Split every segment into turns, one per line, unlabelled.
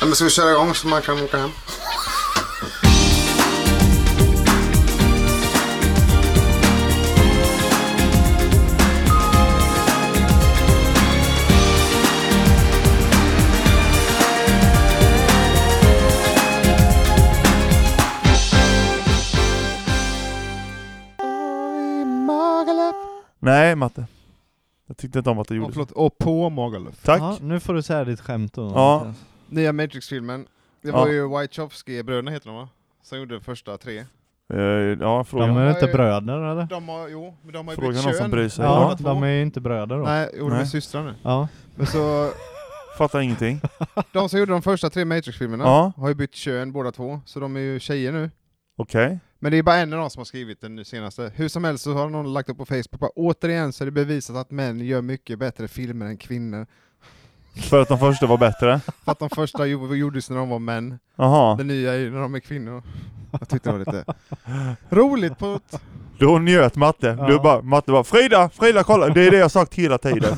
Ja, men ska vi köra igång så man kan åka hem?
Nej, Matte. Jag tyckte inte om att du
Och,
gjorde det.
förlåt, och på Magaluf.
Tack.
Ja, nu får du säga ditt skämt då.
Ja.
Nya Matrix-filmen. Det
Ja.
var ju Wachowski, bröderna heter de va? Som gjorde de första tre.
Eh, Ja, fråga.
De är inte bröder eller?
De har, jo, men de har ju
Fråga
bytt
någon som
kön.
bryr sig.
Ja,
Ja.
båda två.
de är ju inte bröder då.
Nej, jo, de är
Nej.
systrar nu.
Ja.
Men så,
Fattar ingenting.
de som gjorde de första tre Matrix-filmerna
Ja.
har ju bytt kön båda två, så de är ju tjejer nu.
Okej.
Men det är bara en av dem som har skrivit den nu senaste. Hur som helst så har någon lagt upp på Facebook bara, återigen så är det bevisat att män gör mycket bättre filmer än kvinnor.
För att de första var bättre.
För att de första gjo- gjordes när de var män,
Jaha.
den nya är ju när de är kvinnor. Jag tyckte det var lite roligt på ett...
Då njöt Matte. Du
Ja.
bara, Matte bara Frida, Frida kolla! Det är det jag sagt hela tiden.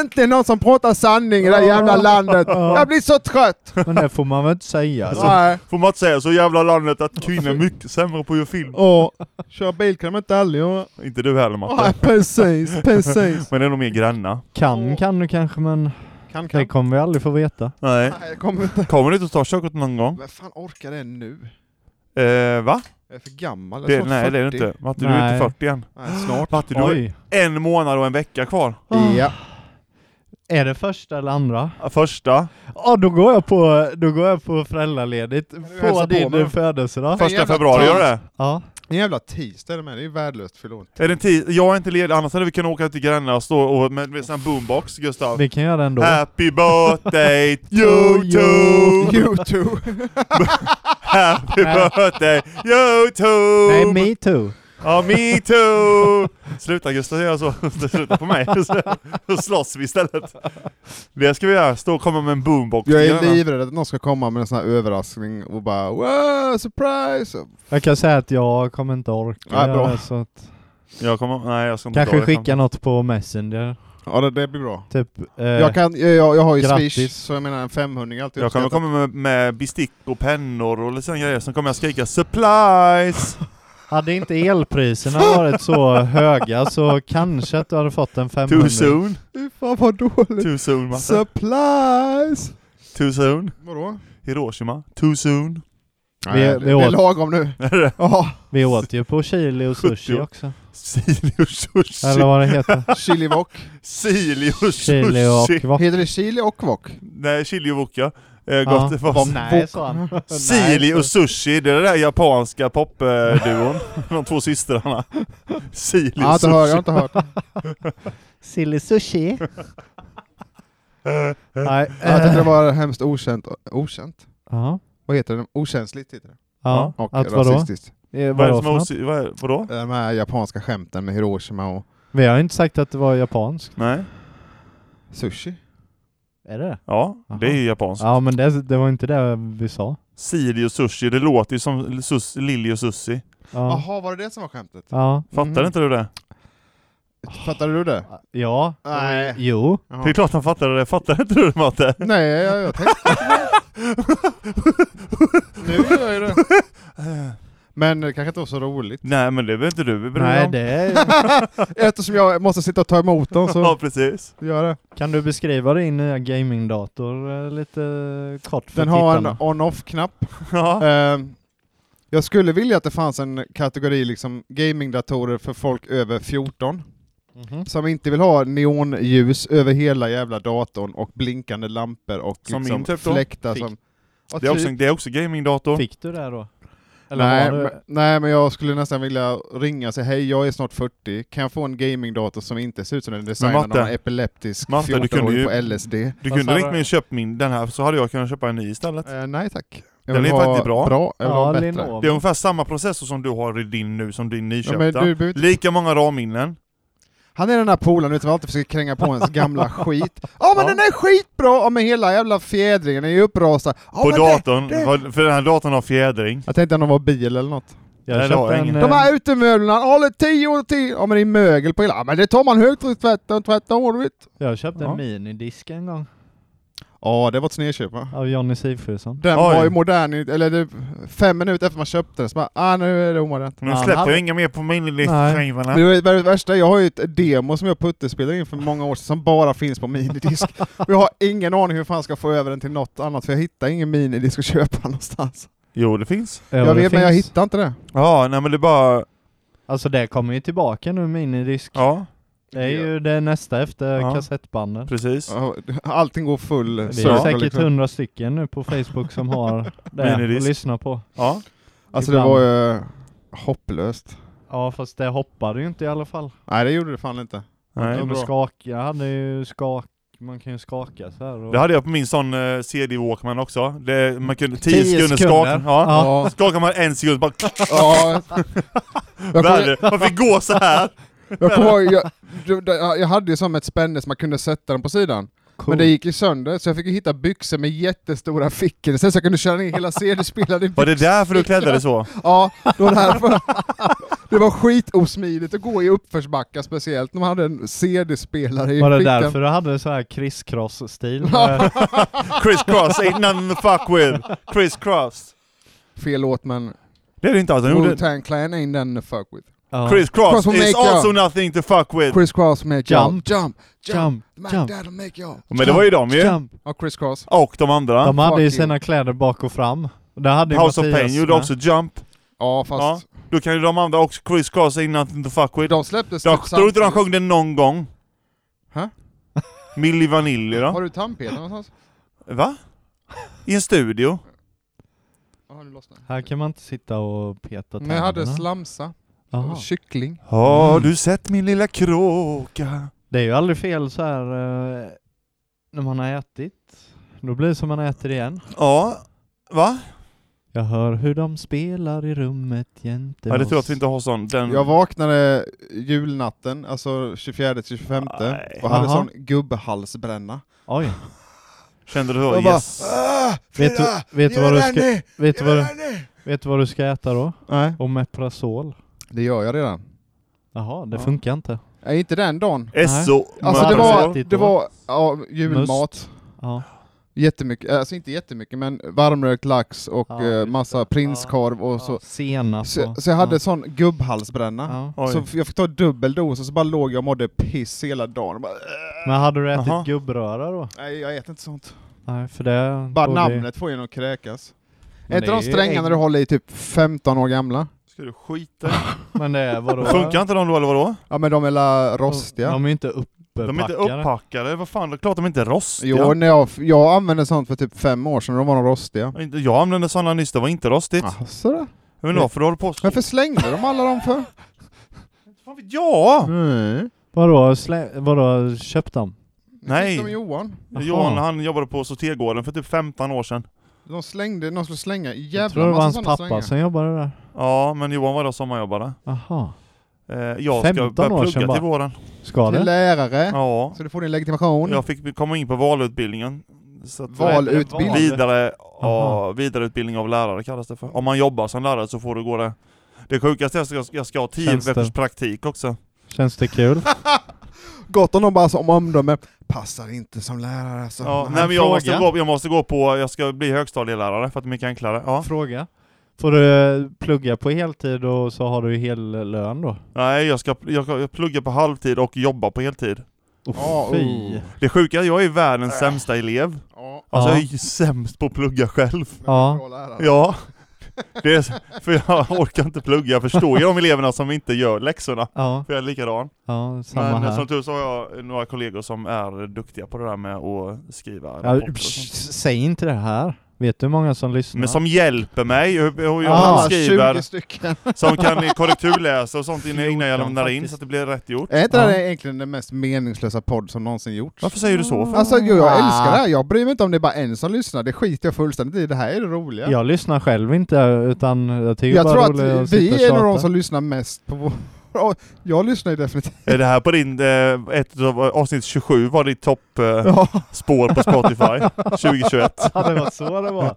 Äntligen någon som pratar sanning i det här jävla landet! Jag blir så trött!
Men det får man väl inte säga? Alltså.
Nej.
Får man inte säga så i jävla landet att kvinnor är mycket sämre på att göra film?
Och kör bil kan de inte aldrig göra.
Inte du heller
Nej,
Matte.
precis, precis.
Men det är nog mer granna.
Kan kan du kanske men
Kan,
det
kan.
kommer vi aldrig få veta.
Nej.
Nej, jag kommer inte.
Kommer du inte att ta körkort någon gång?
Men fan orkar det nu?
Eh, va?
Jag är för gammal, jag
Det,
snart
nej det är du
40.
inte. Matte du är inte
Nej.
40 än.
Nej, snart.
Matte du har
Oj.
en månad och en vecka kvar.
Ja.
Är det första eller andra?
Första.
Ja, då går jag på, då går jag på föräldraledigt
du hälsar
på
på
din
mig.
födelsedag.
Fan.
Första
jävla
februari gör du det.
Ja.
En jävla tisdag är det med, det är ju värdelöst, förlåt.
Är det en tis- jag är inte ledig, annars hade vi kunnat åka till Gränna och stå och med, med sån här boombox Gustav.
Vi kan göra det ändå.
Happy birthday
Yo,
you too!
YouTube!
Happy
Nej.
birthday you too!
Nej, me too.
Ja, me too! Sluta Gustav säga så, sluta på mig. Så, så slåss vi istället. Det ska vi göra, stå och komma med en boombox.
Jag är
till Gränna.
livrädd att någon ska komma med en sån här överraskning och bara wow, surprise!
Jag kan säga att jag kommer inte orka
Ja, bra.
göra det, så att
Jag kommer, nej jag ska inte
Kanske
dra det.
skicka något på Messenger.
Ja det, det blir bra.
Typ, eh,
Jag, kan, jag, jag jag har ju
Grattis.
swish, så jag menar en 500 alltid
Jag kommer
uppskattat.
komma med, med bestick och pennor och lite sådana grejer, sen kommer jag skrika 'Supplies!'
Hade inte elpriserna varit så höga så kanske att du hade fått en 500.
Too soon?
Fy fan vad dåligt!
Too soon Matte?
Surprise!
Too soon?
Vadå?
Hiroshima? Too soon?
Nej, det,
vi
det är
åt-
lagom nu. Ja,
Vi åt ju på chili och sushi
70.
också.
Chili och sushi?
Eller vad det heter.
chili wok.
Chili och sushi?
Chili och wok.
Heter det chili och wok?
Nej, chili och wok ja. Eh, gott det var.
Nej, sa han. Nej,
Sili
så-
och sushi, det är den där japanska popduon. De två systrarna. Sili
Jag har
och
inte hört,
sushi.
jag har inte hört.
Silly sushi. Nej.
Jag
eh,
tyckte det var hemskt okänt. Okänt?
Ja.
Vad heter det? Okänsligt heter det.
Ja.
Och
Att vadå?
rasistiskt.
Eh,
Vad är det
Vadå
som
för
är
något?
osy- vad är- Vadå?
De här japanska skämten med Hiroshima och
Vi har inte sagt att det var japanskt.
Nej?
sushi.
Är det
Ja, det är ju japanskt.
Ja men det, det var inte det vi sa.
Sili och sushi, det låter ju som sus, Lili och Susi.
Ja.
Jaha, var det det som var skämtet?
Ja. Mm.
Fattar
Mhm.
inte du det?
Fattade du det?
ja.
Nej.
Jo.
Det är klart han fattade det. Fattar inte du det Matte?
Nej, jag, jag tänkte Nu gör jag det. Men det kanske inte var så roligt.
Nej men det behöver inte du bry dig
Nej
om.
det är...
Eftersom jag måste sitta och ta emot dem
Ja
så
precis.
gör jag det.
Kan du beskriva din nya gamingdator eh, lite kort för
Den har en
tittarna?
on-off-knapp.
Ja.
Ehm, Jag skulle vilja att det fanns en kategori liksom gamingdatorer för folk över 14
Mhm.
som inte vill ha neonljus över hela jävla datorn och blinkande lampor och
Som min
liksom
typ då?
fläktar
Fick.
som... Ja,
Det är också,
typ.
en- det är också gamingdator.
Fick du det då? Eller
Nej,
har du...
men, nej, men jag skulle nästan vilja ringa och säga hej, jag är snart 40, kan jag få en gamingdator som inte ser ut som den är designad av
Matte-
en epileptisk
Matte, du kunde
14-åring
ju-
på LSD?
Du
Vad
kunde
sa
ringt
du?
mig och köpt min, den här, så hade jag kunnat köpa en ny istället.
Eh, nej tack. Jag
Den
vill
är
ha
faktiskt bra.
bra. Jag vill
ja,
ha bättre.
Lenovo.
Det är ungefär samma processor som du har i din nu, som din
Ja,
nyköpta.
men du behöver inte-
Lika många RAM-minnen.
Han är den här polaren ute som alltid försöker kränga på ens gamla skit. Ja men
Ja.
den är skitbra! Ja men hela jävla fjädringen är ju upprasad. Ja,
på
men
datorn,
det-
Vad- för den här datorn har fjädring.
Jag tänkte att de var bil eller något.
Jag
Nej, det har
köpte
jag
en...
ingen.
eh,
De här utemöblerna håller 10 år till! Ja men det är mögel på hela... Ja men det tar man högtryckstvätten och tvättar håret.
Jag köpte
Ja.
en minidisk en gång.
Ja, det var ett snedköp va?
av Jonny Sivfrusson.
Den
Oj.
var ju modern, i- eller det, fem minuter efter man köpte den så bara ah, nu är det omodernt.
Nu
Ja,
släpper
han-
jag inga mer på
Men
minidiskskivorna.
det var det värsta, jag har ju ett demo som jag puttespelade in för många år sedan som bara finns på minidisk. Och jag har ingen aning hur fan jag ska få över den till något annat för jag hittar ingen minidisk att köpa någonstans.
Jo, det finns.
Ja,
Jag
det
vet men jag
finns.
hittar inte det.
Ja, nej men det är bara...
Alltså det kommer ju tillbaka nu, minidisk.
Ja,
Det är ju det nästa efter
Ja.
kassettbanden.
precis.
Allting går full
Det är
circle,
säkert
liksom.
hundra stycken nu på Facebook som har det att
Minidisk.
lyssna på.
Ja.
Alltså det
ibland.
var ju hopplöst.
Ja fast det hoppade ju inte i alla fall.
Nej det gjorde det fan inte.
Nej.
De
bra.
skakade, hade ju skak, man kan ju skaka så här. Och...
Det hade jag på min sån eh, CD Walkman också. Det, man kunde 10
Tio
sekunder
sekunder.
skaka. Ja.
Ja.
Skakar man en sekund bara...
ja. Jag kommer-
Värre. Man fick gå så här.
Jag kommer ihåg, jag, jag- jag hade ju som ett spänne som man kunde sätta den på sidan. Men det gick ju sönder, så jag fick ju hitta byxor med jättestora fickor sen så jag kunde köra ner hela CD-spelaren i
Var det därför du klädde dig så?
Ja, det var därför. Det var skitosmidigt att gå i uppförsbackar speciellt när man hade en CD-spelare i
Var det
fickan.
därför du hade så här crisscross-stil? Eh,
Chris Cross, ain't nothing to fuck with. Chris Cross.
Fel låt men
Det är det inte alls. Han gjorde...
Wu-Tang Clan ain't nothing to fuck with.
Ja.
Chris Cross
Cross will
is
make ya.
also nothing to fuck with.
Chris Cross make
Jump.
y'all. Jump, jump,
Jump,
my
jump,
dad'll make y'all.
Men det var ju de ju.
jump.
Ja, Chris Cross.
Och de andra.
De hade ju
fuck you.
sina kläder bak och fram. Det hade ju
House of
Mattias
Pain gjorde
med.
också Jump.
Ja fast
Då kan ju de andra också Chris Cross, ain't nothing to fuck with.
de släpptes
De,
typ
tror inte de
samtidigt.
sjöng det någon gång?
Hä?
Milli Vanilli då?
Har du tandpetare någonstans?
Va? I en studio?
Ja, nu lossnade den.
Här kan man inte sitta och peta
Men jag hade Oh,
tänderna.
slamsa,
Jaha.
kyckling.
Har
Mm.
du sett min lilla kråka?
Det är ju aldrig fel så här eh, när man har ätit. Då blir det som man äter igen.
Ja. Va?
Jag hör hur de spelar i rummet jämte
Ja, det
oss.
tror jag att vi inte har sån. Den...
Jag vaknade julnatten, alltså 24 till 25
Nej.
och hade
Jaha.
sån gubbhalsbränna.
Oj.
Kände du då?
Jag bara,
Yes.
"Ah,
Vet du,
Frida,
vet, du
gör
vad du
den
ska,
nu!
vet, du
Gör
vad du,
den nu!"
vet du vad du ska äta då?
Nej,
Omeprazol.
det gör jag redan.
Jaha, det
Ja.
funkar inte.
Nej, inte den dagen.
Nej.
SO.
Alltså det
har du
var,
ätit
det
då?
var ja, julmat,
Ja.
jättemycket, alltså inte jättemycket men varmrökt lax och
Ja,
eh,
just
massa prinskorv och så.
Senap
Så,
och-
så jag hade
alltså. ja.
sån gubbhalsbränna.
Ja.
Oj.
Så f- jag fick ta dubbel dos och så bara låg jag och mådde piss hela dagen. Bara, "Åh."
Men hade du ätit
Jaha.
gubbröra då?
Nej jag äter inte sånt.
Nej, för det...
Bara
borde-
namnet får ju nog kräkas.
Men
Är inte
det
de
ju
strängarna
ägg.
du håller i typ 15 år gamla?
Ska du skita i?
Men det är vadå?
Funkar inte de då eller vadå?
Ja men de är la rostiga.
De är ju inte upppackade.
De är inte upppackade. Vad fan, det är klart de inte är rostiga.
Jo, när jag, jag använde sånt för typ fem år sedan, de var de rostiga.
Inte- Jag använde sådana nyss, det var inte rostigt.
Ah, sådär.
Jag vet inte varför du håller på så.
Varför slängde de alla dem för?
Fan vet jag?
Mm.
Vadå, slä... vadå, köp dem?
Nej.
De Johan.
Jaha.
Johan han jobbade på sortergården för typ 15 år sedan.
De slängde, de skulle slänga
Jag
jävla
tror det var
massa
hans
sådana
pappa
strängar.
som jobbade där.
Ja, men Johan var då sommarjobbare.
Jaha.
Eh, jag ska
15 år
börja
sedan
plugga
bara.
till våren.
Ska
Till
det?
lärare,
Ja.
så du får din legitimation.
Jag fick komma in på valutbildningen. Så att
Valutbildning?
Val.
Vidare, ja,
Aha.
vidareutbildning av lärare kallas det för. Om man jobbar som lärare så får du gå det. Det sjukaste är att jag ska- jag ska ha 10
Tjänster.
veckors praktik också.
Känns det kul?
Gott om de bara som omdöme, passar inte som lärare alltså.
Ja,
Nej.
nej, men jag, måste
fråga.
gå, jag måste gå på, jag ska bli högstadielärare för att det är mycket enklare. Ja.
Fråga. Får du plugga på heltid och så har du hel lön då?
Nej, jag ska jag, jag pluggar på halvtid och jobbar på heltid.
Ja,
fy.
oh.
Det sjuka är att jag är världens sämsta elev.
Ja,
Alltså
Äh. Ja.
jag är ju sämst på att plugga själv.
men
Ja.
bra lärare.
Ja. Det är, för jag orkar inte plugga, jag förstår ju de eleverna som inte gör läxorna.
Ja,
För jag är likadan.
ja samma
Men eh,
här.
som tur så har jag några kollegor som är duktiga på det där med att skriva
Ja,
rapporter och
psh,
sånt.
säg inte det här. Vet du hur många som lyssnar?
Men som hjälper mig hur, hur jag
Ah,
Alla
skriver,
20 stycken.
som kan korrekturläsa och sånt innan innan jag
Fjorton
lämnar in
faktiskt.
så att det blir rätt gjort.
Är inte det
Ja.
här egentligen den mest meningslösa podd som någonsin gjorts?
Varför säger du så? För?
Alltså jo, jag
Ah.
älskar det här, jag bryr mig inte om det är bara en som lyssnar, det skiter jag fullständigt i, det här är det roliga.
Jag lyssnar själv inte utan jag tycker
jag
bara
tror
roligt
att
att sitta
vi är
och
nog de
tjata.
som lyssnar mest på vår... Ja, Jag lyssnar ju definitivt.
Är det här på din, eh, ett, av- avsnitt 27 var ditt toppspår eh,
Ja.
spår på Spotify 2021?
Ja, det var så det var.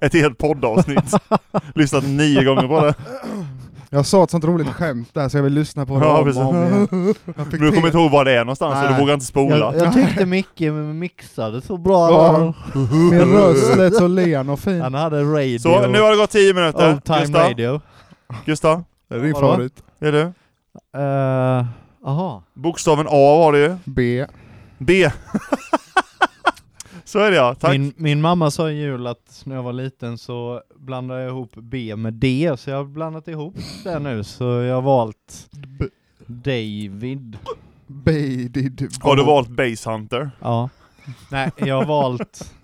Ett helt poddavsnitt. Lyssnat nio gånger på det.
Jag sa ett sånt roligt skämt där så jag vill lyssna på det
Ja,
om
precis.
och om igen. Jag
Men
fick
du kommer
till-
inte ihåg var det är någonstans, så
Nej.
du vågar inte spola.
Jag, jag tyckte Micke mixade så bra
Ja.
där.
Min röst lät så len och fin.
Han hade radio.
Så nu har det gått 10 minuter.
Old time
Gustav,
radio.
Gustav,
Det är din
Vadå?
favorit.
är du?
Eh, Aha.
Bokstaven A var det ju.
B.
B. så är det ja, tack.
Min, min mamma sa i jul att när jag var liten så blandade jag ihop B med D, så jag har blandat ihop det nu, så jag har valt David.
Baded.
Har du valt Base Hunter?
Ja. Nej, jag har valt...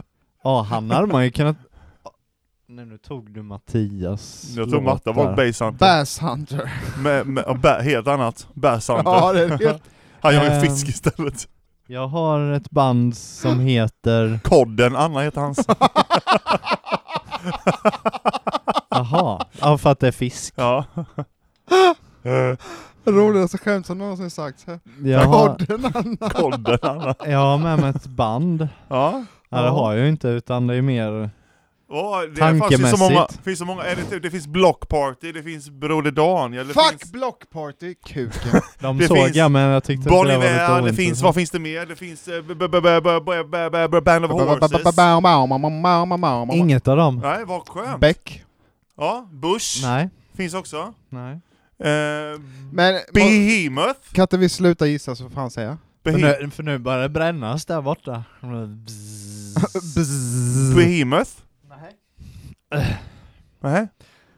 Ja, han hade man ju kunnat... Nej, nu tog du Mattias
Jag tror Matte har
låt
valt
där.
Base Hunter.
Bass Hunter.
Med, med, och ba, helt annat. Bass Hunter.
Ja, det är helt...
Han gör ju
Ehm.
fisk istället.
Jag har ett band som heter...
Kodden, Anna heter hans.
Aha, ja, för att det är fisk.
Ja. Eh,
Roligaste skämt som någonsin sagts. här.
Jag har,
Podden Anna.
Kodden, Anna.
jag har med mig ett band.
Ja.
Nej, det
Ja.
har jag ju inte, utan det är mer...
Åh, det fanns ju så
Tankemässigt.
många, finns så många, är det, typ- det finns Block Party, det finns Broder Dan, eller det
Fuck
finns
Block Party, kuken.
De
Det
såg
finns
jag, men jag tyckte
Bon
det var alltså. lite
Iver, det
ointressant.
finns, vad finns det mer? Det finns eh, b- b- b- b- b- b- b- b- Band of Horses.
Inget.
Inget av dem.
Nej, vad skönt.
Beck.
Ja, Bush
Nej.
finns också.
Nej.
Eh,
Men må-
Behemoth.
kan inte vi sluta gissa så får fan säga?
För
Behe-
nu, för nu börjar det brännas där borta. Bzzz.
Behemoth?
Mm.
Nej.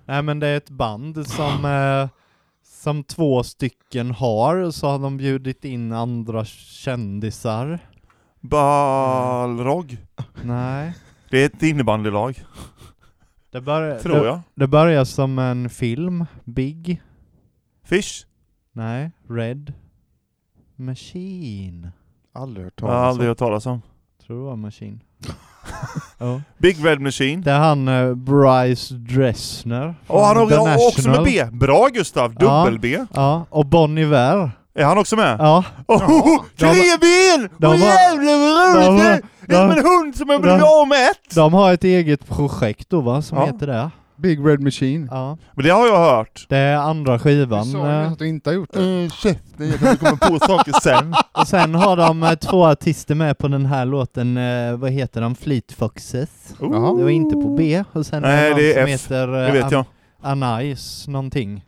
Nej men det är ett band som, eh, som två stycken har, och så har de bjudit in andra kändisar.
Balrog?
Nej.
Det är ett innebandylag,
Det, börjar
tror
det,
jag.
det börjar som en film, Big.
Fish?
Nej, Red. Machine.
Aldrig hört
Jag
talas
har
om.
aldrig hört talas om.
Tror det var Machine. Ja.
Big Red Machine.
Det är han eh, Bryce Dressner.
Åh, han
från The
har också med
National.
B. Bra Gustav,
Ja.
dubbel-B.
Ja, och Bon Iver.
Är han också med?
Ja.
Oh,
De har-
tre ben!
de
Åh
har-
jävlar vad roligt
de
det
har-
är! Det är som
de-
en hund som jag
de-
blivit av med ett!
De har ett eget projekt då va, som
Ja.
heter det.
Big Red Machine.
Ja.
Men det har jag hört.
Det är andra
Du
skivan.
sa ju
eh.
att du inte har gjort det.
Mm, käften, jag kommer komma på saker sen.
Och sen har de eh, två artister med på den här låten, eh, vad heter de? Fleet Foxes.
Jaha.
Det var inte på B. Och sen
Nej,
någon
det är
som
F.
heter eh,
Det vet jag.
An- Anais någonting.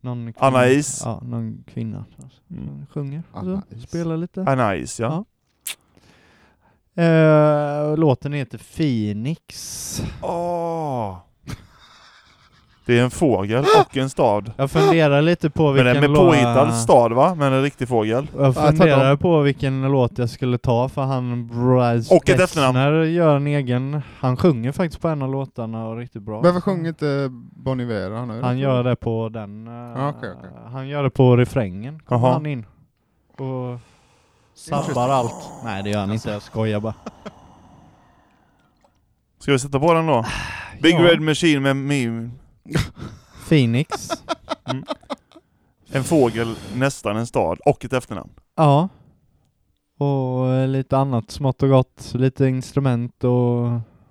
Någon kvinna.
Anais. Mm.
Ja, någon kvinna. Hon sjunger och så,
Anais.
spelar lite.
Ah, nice, ja.
Eh, låten heter Phoenix.
Åh. Det är en fågel och en stad.
Jag funderar lite på
Men
vilken
den är
låt...
påhittad stad va? Men en riktig fågel.
Jag
tvärtom.
funderar på vilken låt jag skulle ta för han Bryce
Och ett
Dessner
efternamn.
gör en egen. Han sjunger faktiskt på en av låtarna och riktigt bra.
Varför sjunger inte Bon Iver? Han, är-
Han gör det på den... eh,
Ah, okej, okej.
Han gör det på refrängen. Kommer
Jaha.
han in och sabbar allt. Nej det gör han inte, jag skojar bara.
Ska vi sätta på den då? Big
ja.
Red Machine med meme.
Phoenix.
En fågel, nästan en stad och ett efternamn.
ja. Och eh, lite annat smått och gott. Lite instrument och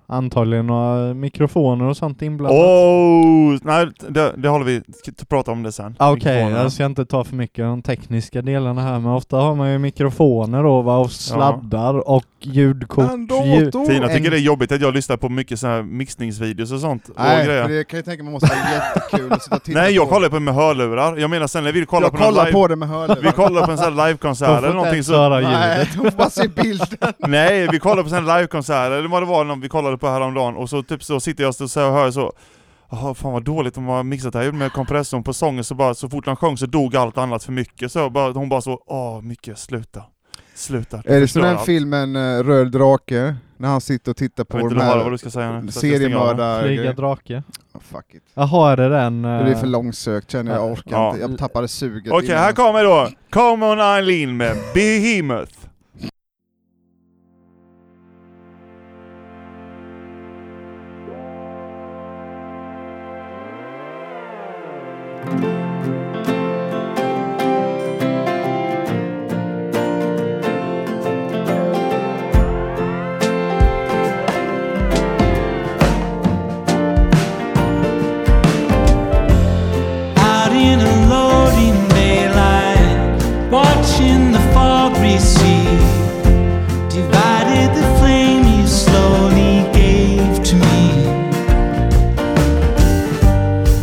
antagligen några mikrofoner och sånt inblandat.
Oh, nej, det, det håller vi, ska t- prata om det sen.
Ah, Okej,
Mikrofonerna.
jag ska inte ta för mycket av de tekniska delarna här, men ofta har man ju mikrofoner då va, och sladdar och ljudkort.
Oh, En
ljud-
dator!
Tina tycker
en-
det är jobbigt att jag lyssnar på mycket så här mixningsvideos och sånt. och
Nej,
grejer.
för det kan jag tänka mig måste vara jättekul att sitta och titta
Nej, jag
på.
kollar på med hörlurar. Jag menar sen när vi kollar
jag
på någon
kollar
live...
på det med hörlurar.
Vi kollar på en sån här livekonsert eller någonting så...
så...
Nej, de får bara se bilden.
Nej, vi kollade på en livekonsert, eller vad det var någon vi kollade på häromdagen, och så typ så sitter jag och så här och hör så Jaha, fan vad dåligt de har mixat det här med kompressorn på sången, så bara så fort han sjöng så dog allt annat för mycket, så jag bara, hon bara så Åh Micke, sluta. Sluta. Du
Är det som
förstör
den
allt."
filmen eh, Röd drake? När han sitter och tittar på
Jag vet
de
inte vad vad
här
du ska säga nu. så att jag stänger av den.
Flyga
seriemördare...
drake.
Oh, fuck it.
Jaha, är det den? eh,
Det blir för långsökt känner jag, jag orkar
Ja.
inte. Jag tappade suget.
Okej,
innan.
här kommer då Come On Eileen med Behemoth.
I
watching the fog recede, divided the flame you slowly gave to me.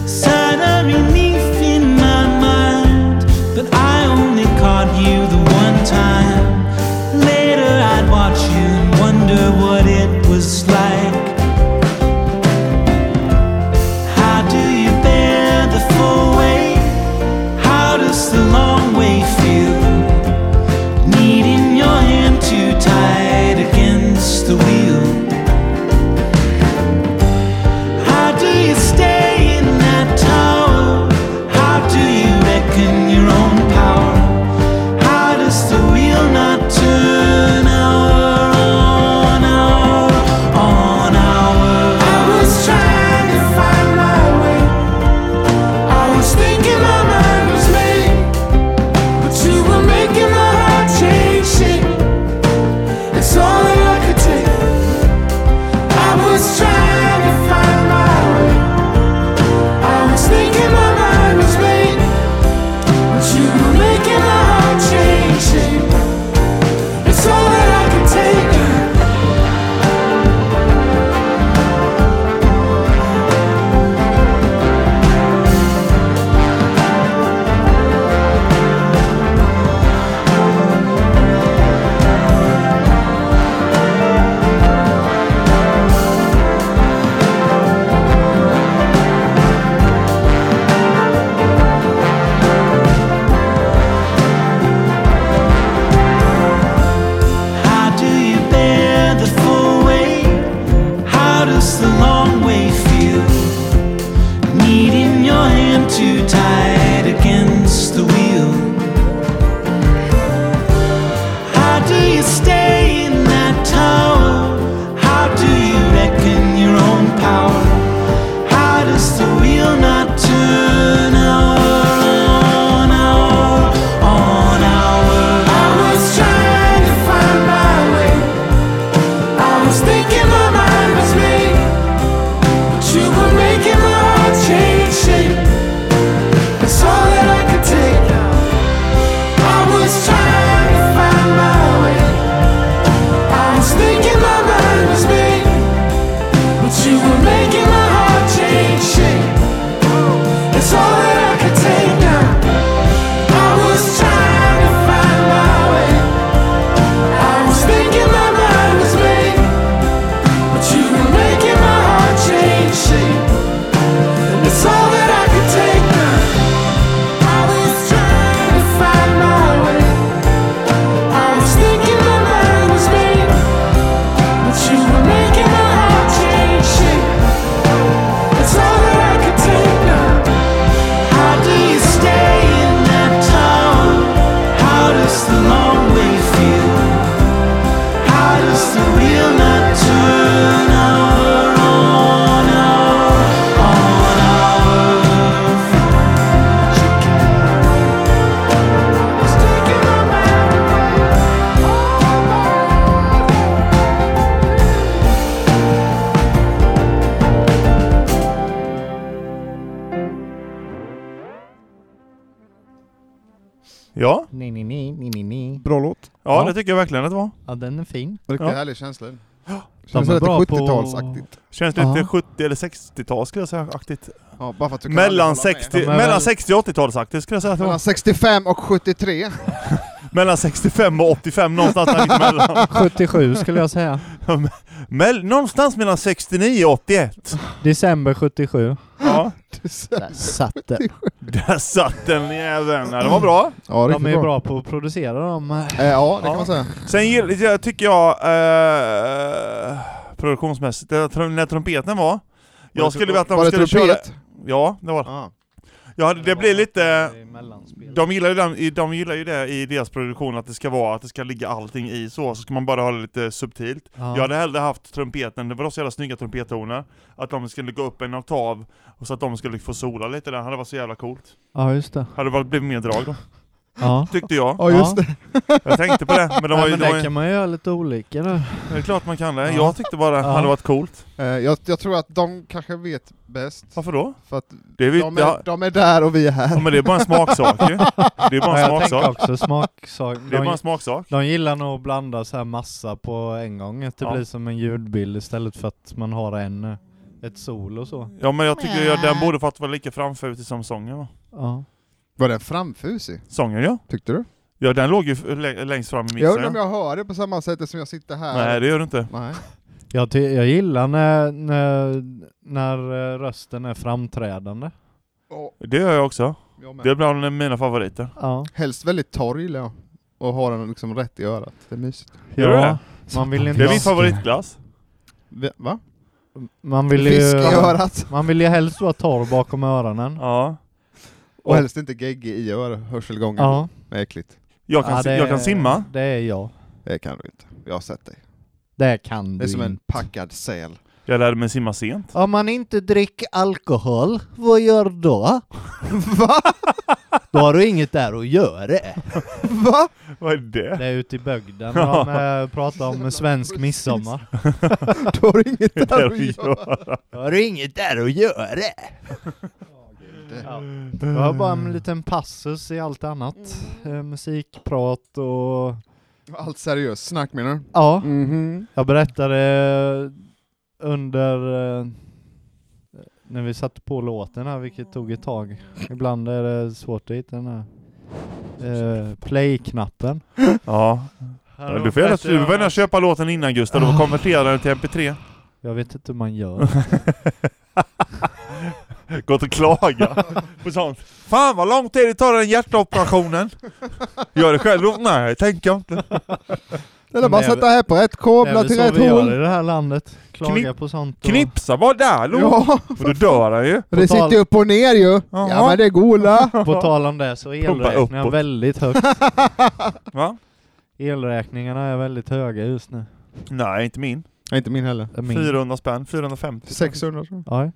Sign of relief in my mind, but I only caught you the one time. Later I'd watch you and wonder what it was like. How do you bear the full weight? How does the long way feel? Needing your hand too tight against the wheel. How do you stay in that tower? How do you reckon your own power? How does the wheel not turn hour on hour on hour? I was trying to find my way. I was thinking my mind was made, but you were making my heart change shape. It's all that I could take. I was trying to find my way. I was thinking my mind was made, but you were making my heart change shape. It's all that I could take. How do you bear the full weight? How does the long way feel? Needing your hand too tight against the wheel. How do you stay in that tower? How do you reckon your own power? How does the wheel not turn hour on hour on hour? I was trying to find my way. I was thinking my mind was made, but you were making my heart change shape. It's all that I could take. I was trying to find my way. I was thinking my mind was made, but you were making my heart change shape. It's all that I could take now. I was trying to find my way. I was thinking my mind was made, but you were making my heart change shape. It's all that I could take now. I was trying to find my way. I was thinking my mind was made, but you were making my heart change shape. It's all that I could take now. How do you stay in that tower? How does the long way feel? How does the wheel not turn hour on hour on hour? It's taking my mind away, all my life.
Ja,
Ni, ni, ni, ni, ni, ni.
Bra låt.
ja,
Ja.
det tycker jag verkligen att det var.
Ja, den är fin.
Riktigt
Ja.
härlig känsla.
De
Känns
är
lite
bra på-
70-talsaktigt.
Känns lite
Ja.
70 eller 60-tal skulle jag säga aktigt.
Ja, bara för att du kan aldrig hålla
Mellan
med.
60,
Ja, men-
mellan 60 och 80-talsaktigt skulle jag säga att det var.
Mellan 65 och 73.
Mellan 65 och 85 någonstans där mittemellan.
77 skulle jag säga.
Mell- någonstans mellan 69 och 81.
December 77.
Ja,
Där satt det.
där satt den jäveln. Ja, det var bra.
Ja,
De
riktigt
är
bra.
bra på att producera dem.
Eh, ja, det
Ja.
kan man säga.
Sen gill- jag tycker jag, eh, produktionsmässigt, det, trum- när trumpeten var. Jag skulle vilja att de
Var det
skulle köra...
trumpet?
Ja, det var det.
Ja.
Ja, det, det blir lite...
Mellanspel.
De gillar, ju den, i- de gillar ju det i deras produktion, att det ska vara, att det ska ligga allting i så, så ska man bara ha det lite subtilt.
Ja.
Jag hade hellre haft trumpeten, det var så jävla snygga trumpettoner, att de skulle gå upp en oktav, och så att de skulle få sola lite där, det hade varit så jävla coolt.
ja, just det.
Hade det varit- blivit mer drag då.
Ja.
tyckte jag.
Ja just det.
Jag tänkte på det, men de var
Nej,
ju...
men
De var
där
ju
kan man ju göra lite olika nu.
det är klart man kan det.
Ja.
Jag tyckte bara det
Ja.
hade varit coolt.
Eh, Jag, jag tror att de kanske vet bäst,
Varför då?
för att
Det är vi,
de
ja,
är, de är där och vi är här.
ja, men det är bara en smaksak ju. Det är bara en
Ja, jag tänker
smaksak.
också smaksak.
Det är bara
De,
en smaksak.
de gillar nog att blanda så här massa på en gång, att det
Ja.
blir som en ljudbild istället för att man har en, eh, ett sol och så.
Ja men jag tycker jag, den borde fått vara lika framfusig som sången va?
Ja.
Var den framfusig?
Sången ja.
Tyckte du?
Ja den låg ju f- lä- längst fram i mixen.
Jag undrar om jag hör det på samma sätt som jag sitter här.
Nej det gör du inte.
Nej.
Jag, ty- jag gillar när, när, när eh, rösten är framträdande.
Åh,
Det gör jag också.
jag med.
Det är bland mina favoriter.
Ja.
Helst väldigt torr gillar jag. Och ha den liksom rätt i örat. Det är mysigt.
Gör du det?
Man vill
Det
inte...
är min favoritglass.
Vi- Va?
Man vill ju...
Fisk i örat.
Man vill ju helst vara torr bakom öronen.
Ja.
Och helst inte gegg i örhörselgången.
Ja.
Det är äckligt.
Jag kan,
ja,
si- jag kan simma.
Det är jag.
Det kan du inte. Jag har sett dig.
Det kan
Det är
du
som en
inte.
packad säl.
Jag lärde mig simma sent.
Om man inte dricker alkohol, vad gör du då?
Va?
Då har du inget där att göra.
Va?
Vad är det?
Det är ute i bygden de eh, pratar om svensk midsommar.
Då har du inget
Det är
där
att
att göra.
göra.
Då har du inget där att göra. Ja. Jag har bara en liten passus i allt annat. Eh, musikprat och...
Allt seriöst snack menar du?
Ja.
Mhm.
Jag berättade under eh, när vi satte på låten här, vilket tog ett tag. Ibland är det svårt att hitta den här eh, play-knappen.
Ja. Ja, Du får gärna, du får gärna köpa låten innan Gustav och konvertera den till mp3.
Jag vet inte hur man gör.
Gått och klaga på sånt. Fan vad lång tid det tar den hjärtoperationen. Gör det själv? Nej, tänker jag inte.
Det är bara att
Det är väl-
sätta här på rätt
det
kablar
är
till
väl
rätt
så vi gör i
hål.
det här landet. Klaga
Knip-
på sånt. och-
Knipsa bara där låg.
Ja,
Och då dör han ju.
det
tal-
sitter ju upp och ner ju. Ja
Jaha.
men det är gola.
På tal om det så är
Pumpa
elräkningarna
uppåt.
väldigt högt.
Va?
Elräkningarna är väldigt höga just nu.
Nej, inte min.
Nej, inte min heller.
Det är min.
400 spänn, 450.
600 tror jag.
Ja.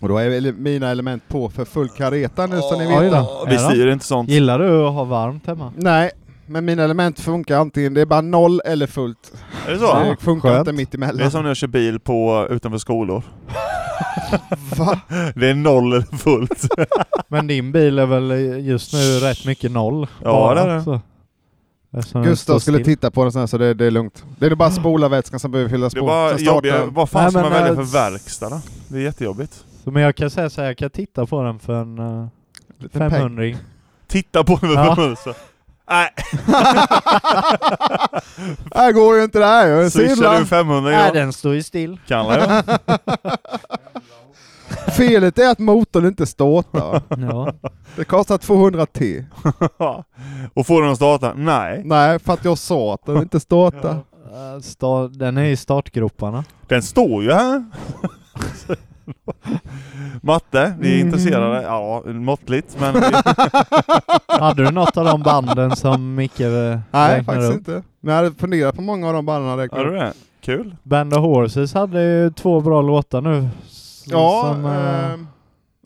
Och då är ele- mina element på för full kareta nu ska ni
Oj
veta.
då.
Vi
Ja då.
styr inte sånt.
Gillar du att ha varmt hemma?
Nej, men mina element funkar antingen, det är bara noll eller fullt.
Är det
det
så?
funkar
skönt.
inte mitt emellan.
Det är som när jag kör bil på utanför skolor.
Va?
Det är noll eller fullt.
Men din bil är väl just nu rätt mycket noll?
Ja, det är det.
så. Eftersom den står
Gustav skulle
still.
titta på den sen så det, det är lugnt. Det är bara spolarvätskan som behöver fyllas
Det
på.
var
Sen startar
jobbiga,
den.
vad fan
Nej,
ska
men,
man välja
eh,
för verkstad då? Det är jättejobbigt.
Så, Men jag kan säga så här, jag kan titta på den för en uh,
Lite peng.
500
Titta på den
Ja.
med musen. Nej,
Det här går ju inte det här ju.
swishar du
Sidlan.
500
Nej,
ja.
den står ju still.
Kan jag.
Felet är att motorn inte startar.
Ja.
Det kostar 200 T.
Och får den att starta? Nej.
Nej, för att jag sa att den inte startar.
Eh, sta- den är i startgroparna.
Den står ju här. Matte, vi är
Mm.
Mhm.
intresserade. Ja, måttligt men... Vi...
Hade du något av de banden som Micke eh,
Nej,
räknade
faktiskt
upp?
inte. Men jag hade funderat på många av de banden han
Har
räknade
du
upp.
det? Kul.
Band of Horses hade ju två bra låtar nu. s-
Ja,
som, eh,
ehm,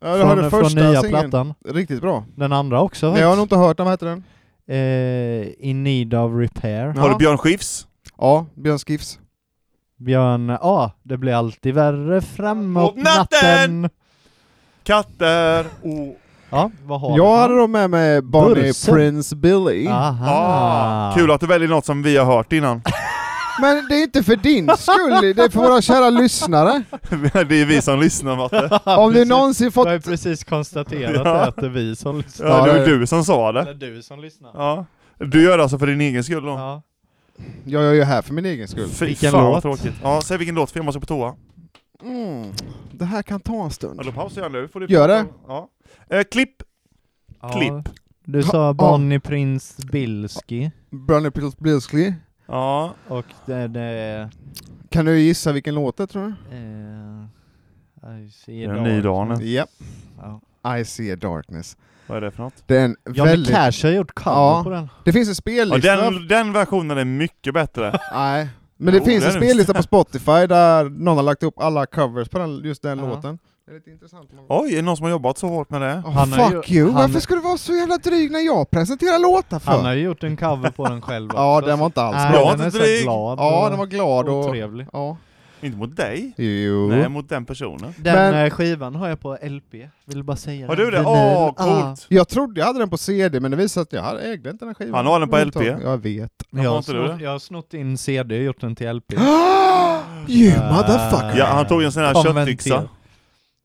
ja, jag hörde
från, från
första
nya
singeln.
plattan.
Riktigt bra.
Den andra också
Nej, jag har nog inte hört den, vad heter den?
eh, In Need of Repair.
Ja.
Har du Björn Skifs?
Ja, Björn Skifs.
Björn, ja det blir alltid värre framåt
Och natten!
natten!
Katter och...
Ja, vad har
Jag hade
du?
då med mig Bonnie
Bursen.
Prince Billy.
Aha.
Ah, kul att du väljer något som vi har hört innan.
Men det är inte för din skull, det är för våra kära lyssnare.
det är vi som lyssnar Matte.
Om du
precis.
någonsin
Jag
fått...
har ju precis konstaterat
Ja.
att det är vi som lyssnar.
Ja,
Ja,
det
det
var
är-
du som sa det.
Eller du som lyssnar.
Ja. Du gör det alltså för din egen skull då?
Ja.
Jag är ju här för min egen skull.
Fy
Vilken
fan
låt?
vad tråkigt. Ja, säg vilken låt, för jag måste på toa.
Mm. Det här kan ta en
Ja,
stund.
då pausar jag nu. Får du
Gör det.
Ja. Eh, klipp!
Ja.
Klipp.
Du sa Bonnie Prince Bilski
Bonnie Prince Billy.
Ja.
och det, det är...
Kan du gissa vilken låt det tror du?
Eh, I see
Det är
a
en ny
dog.
dag nu.
Japp.
Ja.
I see a darkness.
Vad är det för något?
Det är en
Johnny
väldigt...
Cash har gjort cover
Ja.
på den.
Det finns en
Ja,
spellista.
den, den versionen är mycket bättre.
Nej. Men det
Jo,
finns
det
en
är det.
spellista på Spotify där någon har lagt upp alla covers på den, just den
Ja.
låten. Det är lite intressant. Man...
Oj, är det någon som har jobbat så hårt med det?
Oh,
Han har
fuck
ju-
you!
han-
Varför ska du vara så jävla dryg när jag presenterar låtar för?
Han har ju gjort en cover på den själv
Ja,
också,
den var
så-
inte alls
Nej,
bra.
bra.
Ah, den är så
Dryg.
glad
Ja,
och-
den var glad
och
och...
trevlig.
Ja.
Inte mot dig?
Jo.
Nej, mot den personen.
Den
Men-
eh, skivan har jag på LP, vill bara säga
Har du det?
Vinyl.
Åh,
Ah.
coolt!
Jag trodde jag hade den på CD, men det visade sig att jag hade- ägde inte den skivan.
Han har den på LP.
Jag vet.
Varför
Jag har,
har inte du
snott,
det?
jag har snott in CD och gjort den till LP.
you
Eh,
motherfucker!
Ja, han tog en sån här
konventer-
köttyxa.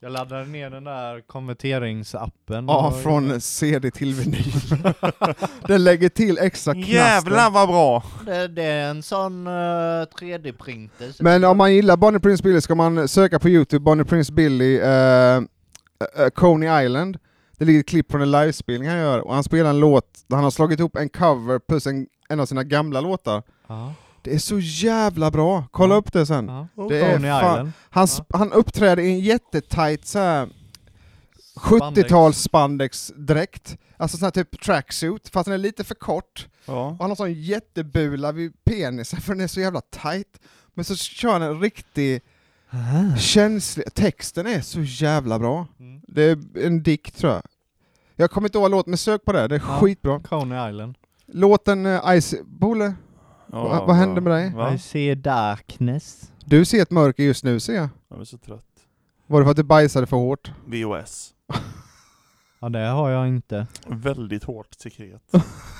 Jag laddade ner den där konverteringsappen.
Ja,
och-
från CD till vinyl. den lägger till extra knaster.
Jävlar vad bra!
Det, det är en sån eh, typ. 3D-printer. så-
Men om man gillar Bonnie Prince Billy ska man söka på Youtube, Bonnie Prince Billy, eh, eh, Coney Island. Det ligger ett klipp från en livespelning han gör, och han spelar en låt där han har slagit ihop en cover plus en, en av sina gamla låtar.
Ja,
Det är så jävla bra, kolla
Ja.
upp det sen.
ja.
Det är
Coney
fan-
Island.
Han, sp- han uppträder i en jättetajt så här 70-tals spandexdräkt, alltså sån här typ tracksuit, fast den är lite för kort.
Ja.
Och han har sån jättebula vid penisen för den är så jävla tight. Men så kör han en riktig
Aha.
känslig... Texten är så jävla bra.
Mm.
Det är en dikt tror jag. Jag kommer inte ihåg låten, men sök på det. Det är
Ja.
skitbra.
Coney Island.
Låten eh, Ice... Bole,
Ja,
vad- vad hände med dig?
Va?
I see darkness.
du ser ett mörker just nu ser jag.
Jag är så trött.
Var det för att du bajsade för hårt?
VOS.
Ja, det har jag inte.
Väldigt hårt sekret.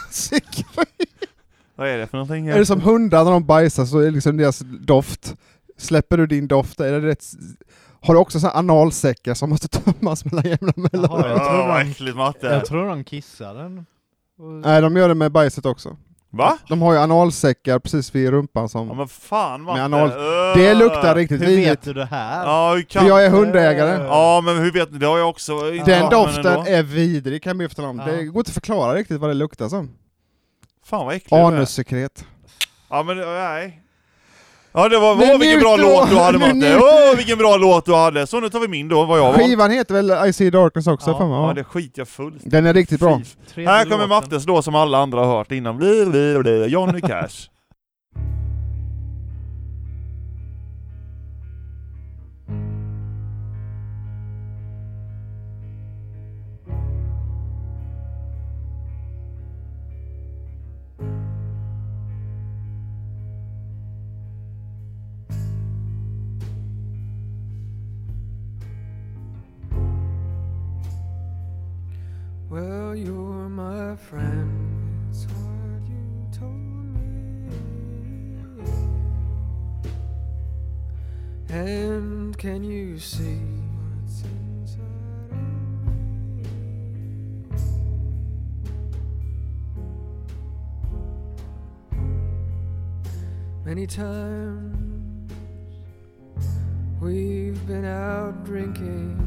Sick.
Vad är det för någonting?
är det som hundar när de bajsar så är det liksom deras doft. Släpper du din doft, är det rätt... Har du också såna analsäckar som måste tömmas mellan jämna mellanrum?
Jaha, jag
Åh,
tror
vad
de,
äckligt Matte!
jag tror de kissar den. Och-
Nej, de gör det med bajset också.
Va?
De har ju analsäckar precis vid rumpan
Ja
som...
men fan Matte!
Men anal-
Öh.
Det luktar riktigt
Hur vet
vidrigt.
du det här?
Ja, hur kan...
För jag är hundägare.
Ja men hur vet ni? Det har jag också inte
Den
hört, men
doften
ändå.
är vidrig kan jag berätta om.
Ja.
Det går inte att förklara riktigt vad det luktar som.
Fan vad äcklig du är.
Anussekret.
Ja men nej. Ja det var,
Men
åh vilken
njut
bra
då!
låt du hade
Nu
Matte!
njut!
Åh vilken bra låt du hade! Så nu tar vi min då, vad jag var.
Skivan heter väl I see darkness också?
Ja.
för mig,
Ja
Ja.
det skiter jag fullt
Den är riktigt bra.
Fy
Tredje
Här kommer
låten.
Mattes låt som alla andra har hört innan. Bli, bli, bli. Johnny Cash.
Well, you're my friend. That's what you told me. And can you see what's inside of me? Many times we've been out drinking.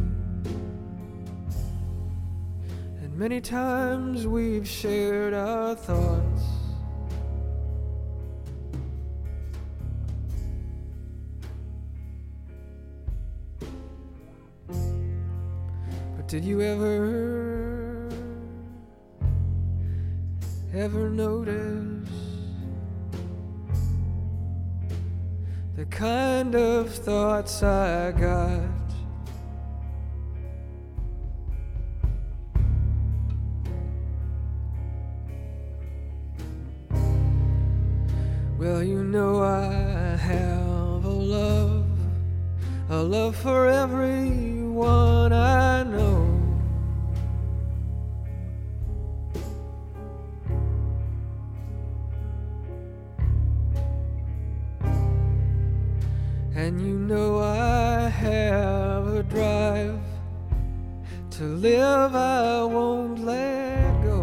And many times we've shared our thoughts. But did you ever, ever notice the kind of thoughts I got? Well, you know I have a love, a love for everyone I know. And you know I have a drive to live, I won't let go.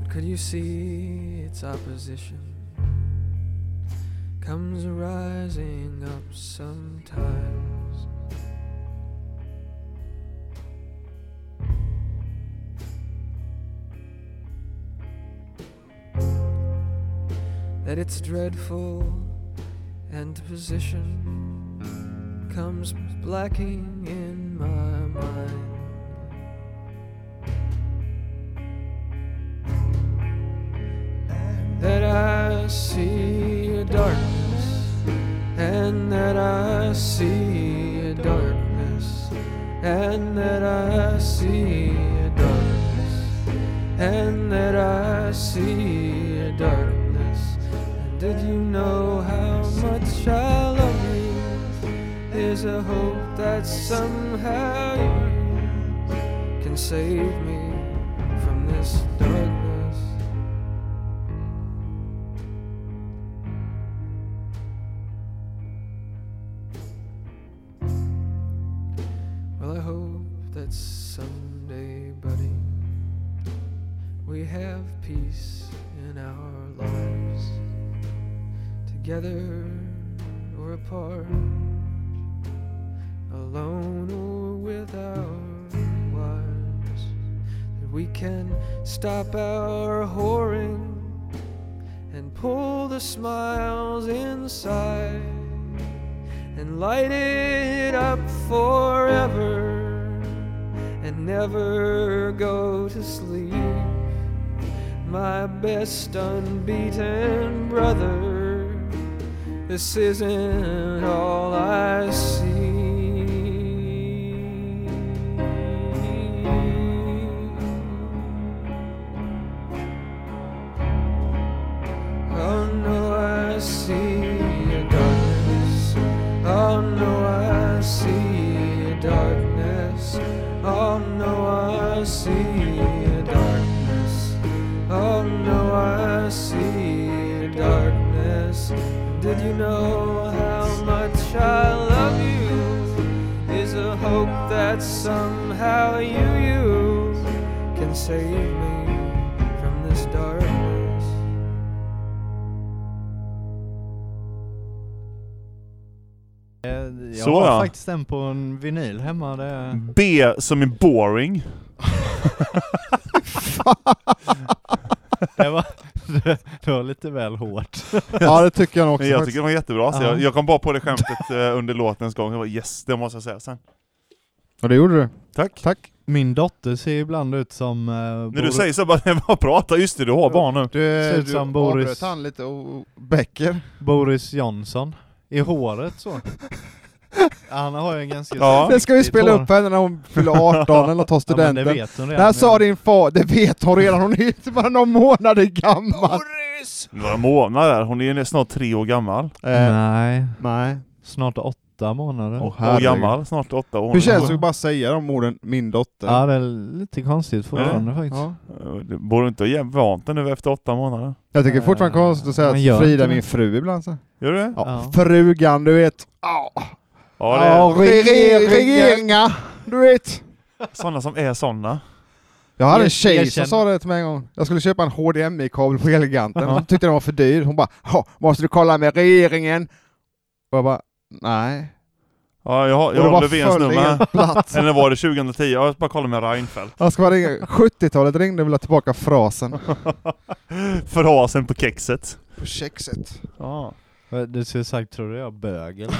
But could you see its opposition comes rising up sometimes? That it's dreadful and position comes blacking in my mind. that I see a darkness, and that I see a darkness, and that I see a darkness, and that I see a darkness. And did you know how much I love you? There's a hope that somehow you can save me from this darkness. Well, I hope that someday, buddy, we have peace in our lives, together or apart, alone or with our wives. That we can stop our whoring and pull the smiles inside and light it up forever and never go to sleep. My best unbeaten brother, this isn't all I see. Oh no, I see a darkness. Oh no, I see a darkness. Oh no, I see a darkness. Oh no, I see a darkness. Did you know how much I love you? Is a hope that somehow you, you can save me from this darkness.
Eh, Jag
Så,
har
ja.
faktiskt den på en vinyl hemma. Det...
B som är boring.
Det var, det var lite väl hårt.
Ja det tycker jag nog också.
Men jag
faktiskt.
tycker den var jättebra, så
Ja.
jag, jag kom bara på det skämtet eh, under låtens gång. Jag bara yes, det måste jag säga sen.
Och det gjorde du.
Tack.
Tack.
Min dotter ser ibland ut som... eh,
När
Bor-
du säger så bara, vad pratar, just det du har barn nu.
Du,
Ser ut
du
som Boris.
avbröt han lite och och Becker.
Boris Johnson. I håret så. Han har ju en ganska...
Ja.
Det ska vi spela
hår.
upp henne när hon fyller 18 eller tar
Ja, men
studenten.
det vet hon
det
redan.
här sa din far, det vet hon redan, hon är ju inte bara någon månad gammal.
Några månader, hon är snart tre år gammal.
Eh,
Nej,
nej.
snart åtta månader.
Åh,
År
herregud.
gammal, snart åtta år.
Hur känns det att bara säga de orden, min dotter?
Ja, det är lite konstigt fortfarande faktiskt.
Ja.
Eh, Du borde inte ha vant dig nu efter åtta månader.
Jag tycker fortfarande konstigt att säga
Eh, Man gör
att Frida
inte
är
det.
min fru ibland så.
Gör du det?
Ja,
Ja.
Frugan, du vet. Ja,
Ja, det är
regeringa. Du vet.
sådana som är sådana.
Jag hade en
Jag-
tjej
jag
som
känner-
sa det till mig en gång. Jag skulle köpa en HDMI-kabel på Eleganten. Hon tyckte den var för dyr. Hon bara "Ja, ”Måste du kolla med regeringen?” Och jag bara ”Nej”.
Ja, jag har,
Och
jag
då
har
bara
Löfvens
föll det
nummer.
helt platt.
Eller var det 2010? Jag ska bara kolla med Reinfeldt.
Jag ska bara ringa. 70-talet ringde och ville ha tillbaka frasen.
Frasen på kexet.
På kexet.
Ja.
Du skulle Eh, sagt, tror du jag bögel?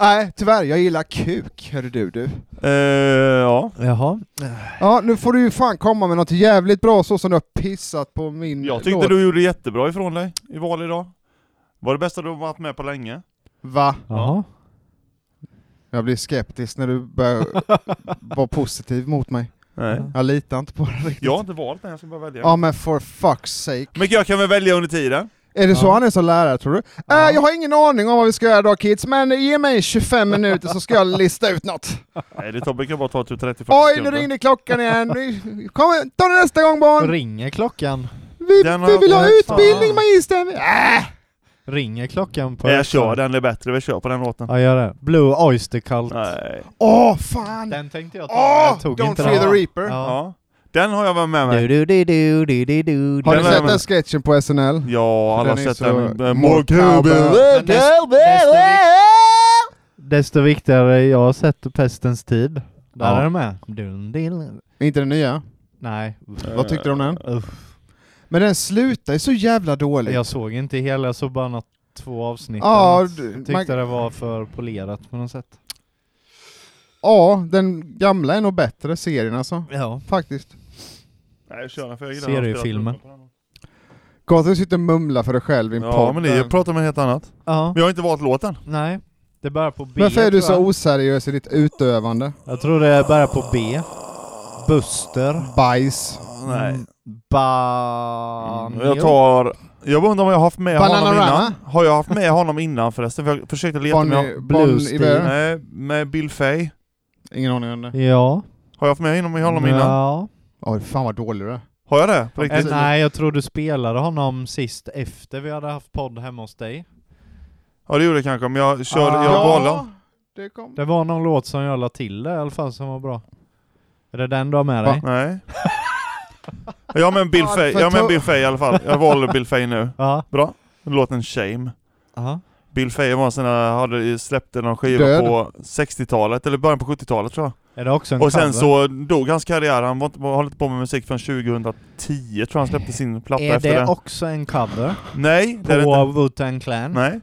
Nej, tyvärr. Jag gillar kuk, hörde du du.
Eh, ja.
Jaha.
Ja, nu får du ju fan komma med något jävligt bra så som du har pissat på min
Jag tyckte
låt.
du gjorde jättebra ifrån dig i val idag. Var det bästa du har varit med på länge?
Va?
Jaha.
Jag blir skeptisk när du börjar vara positiv mot mig.
Nej.
Jag litar inte på det riktigt.
Jag har inte valt den, jag ska bara välja.
Ja men for fuck's sake.
Men jag kan väl välja under tiden?
Är det så
Ja.
han är som lärare tror du?
Ja.
Äh, jag har ingen aning om vad vi ska göra idag kids, men ge mig 25 minuter så ska jag lista ut något.
Nej, det tar- brukar bara ta typ 30-40
Oj, nu
sekunder.
ringde klockan igen. Nu- Kom, igen, ta det nästa gång barn!
Ringer klockan?
Vi,
Den
vi
har-
vill ha
Nej, fan.
utbildning magistern! Äh!
Ringer klockan på...
Jag kör den, det är bättre. Vi kör på den låten.
Ja, gör det. Blue Oyster Cult.
Nej.
Åh fan!
Den tänkte jag ta, men
Åh!
jag tog
Don't
inte
fear the
den.
reaper!
Ja.
Ja. Den har jag varit med mig.
Du, du, du, du, du, du,
Har
Den
ni
du.
har jag
sett
med
den sketchen på SNL?
Ja, alla har
Den är
sett
så-
den. Eh,
More
More
cowbell.
cowbell.
Men näst- nästa Desto viktigare, jag har sett Pestens tid. Där
Ja.
är de med. Dun, din.
Inte den nya?
Nej. Uff.
Vad tyckte du om den?
Eh,
Uff.
Men den slutar ju så jävla dåligt.
Jag såg inte hela, jag såg bara något, två avsnitt.
Ja,
eller något.
du-
Jag tyckte
man-
det var för polerat på något sätt.
Ja, den gamla är nog bättre, serien alltså.
Ja.
Faktiskt.
Nej, kör den för jag gillar
Seriefilmer.
den.
Gatan sitter och mumlar för dig själv i en
Ja
podd.
men det jag pratar om helt annat.
Ja,
Men jag har inte valt låten.
nej. Det börjar på B
Varför är du
tror
så
jag.
oseriös i ditt utövande?
Jag tror det börjar på B. Buster.
Bajs.
Nej.
Ban...
Mm, Jag tar... Jag undrar om jag har haft med honom
Bananarama?
innan. Har jag haft med honom innan förresten? För jag försökte leta
Bon,
med honom.
bon
Blues
Iver.
Nej, med Bill Fay.
Ingen aning om det.
Ja.
Har jag haft med honom, honom innan?
Ja.
Oj, fan vad dålig du är.
Har jag det? På
Eh,
riktigt?
nej, jag tror du spelade honom sist efter vi hade haft podd hemma hos dig.
Ja det gjorde jag kanske, men jag körde...
Ah.
Jag valde honom.
det kom.
Det var någon låt som jag la till där i alla fall som var bra. Är det den du har med
Va?
dig?
Nej. Ja men Bill Fay, ja men Bill Fay i alla fall. Jag valde Bill Fay nu.
Ja.
Bra. Låten Shame.
Aha.
Bill Fay var en sån där, hade, släppte någon skiva
Död.
på 60-talet, eller början på 70-talet tror jag.
Är det också en
Och sen så
cover?
dog hans karriär, han var inte, höll inte på med musik förrän 2010 tror jag han släppte sin platta
Är
efter
det
det.
också en cover
Nej, det är det inte.
på Wu-Tang Clan?
Nej.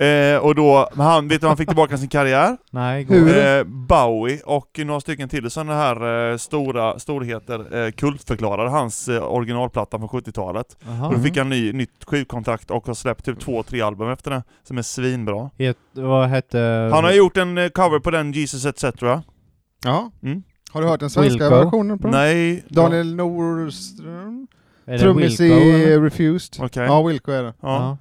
Eh, och då, men han, vet du hur han fick tillbaka sin karriär?
Nej,
Hur?
går det?
Eh, Bowie och några stycken till sådana här eh, stora storheter eh, kultförklarade hans eh, originalplatta från 70-talet.
Aha.
Och då fick han ny, nytt skivkontrakt och har släppt typ två, tre album efter det, som är svinbra.
Het, vad hette...
Han har gjrt en eh, cover på den, Jesus etc.
Ja.
Mm.
Har du hört den svenska
Wilco?
versionen på den?
Nej...
Daniel Norström?
Är det
Trummis
Wilco,
i eh,
eller?
Refused.
Okej.
Ja, Wilco är det.
ja.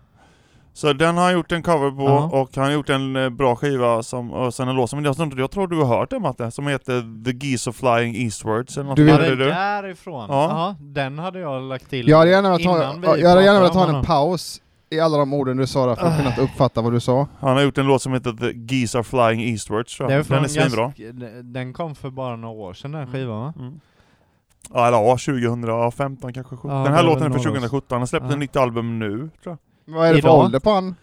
Så den har han gjort en cover på,
Ja.
och han har gjort en eh, bra skiva som, och sen en låt som jag tror, jag tror du har hört den Matte, som heter The Geese of Flying Eastwards eller något
Du
Ja,
vet-
sånt där,
ja det är
eller du?
därifrån.
Ja.
Ja. den hade jag lagt till
Jag hade gärna velat
innan vi
ta, jag hade
pratade
gärna velat
om
ta en
honom.
paus i alla de orden du sa där för att
Ah.
kunna uppfatta vad du sa.
Han har gjort en låt som heter The Geese are Flying Eastwards tror
Det är
jag.
från
Den är svinbra.
ganska- Den kom för bara några år sedan den skivan va?
Mm. Ja, eller ja, 2015 kanske, 17.
Ja,
Den
det
här
är
låten är
väl
från
några år
2017, han släppte
Ja.
ett nytt album nu tror jag.
Vad är det för
Idag?
ålder på han?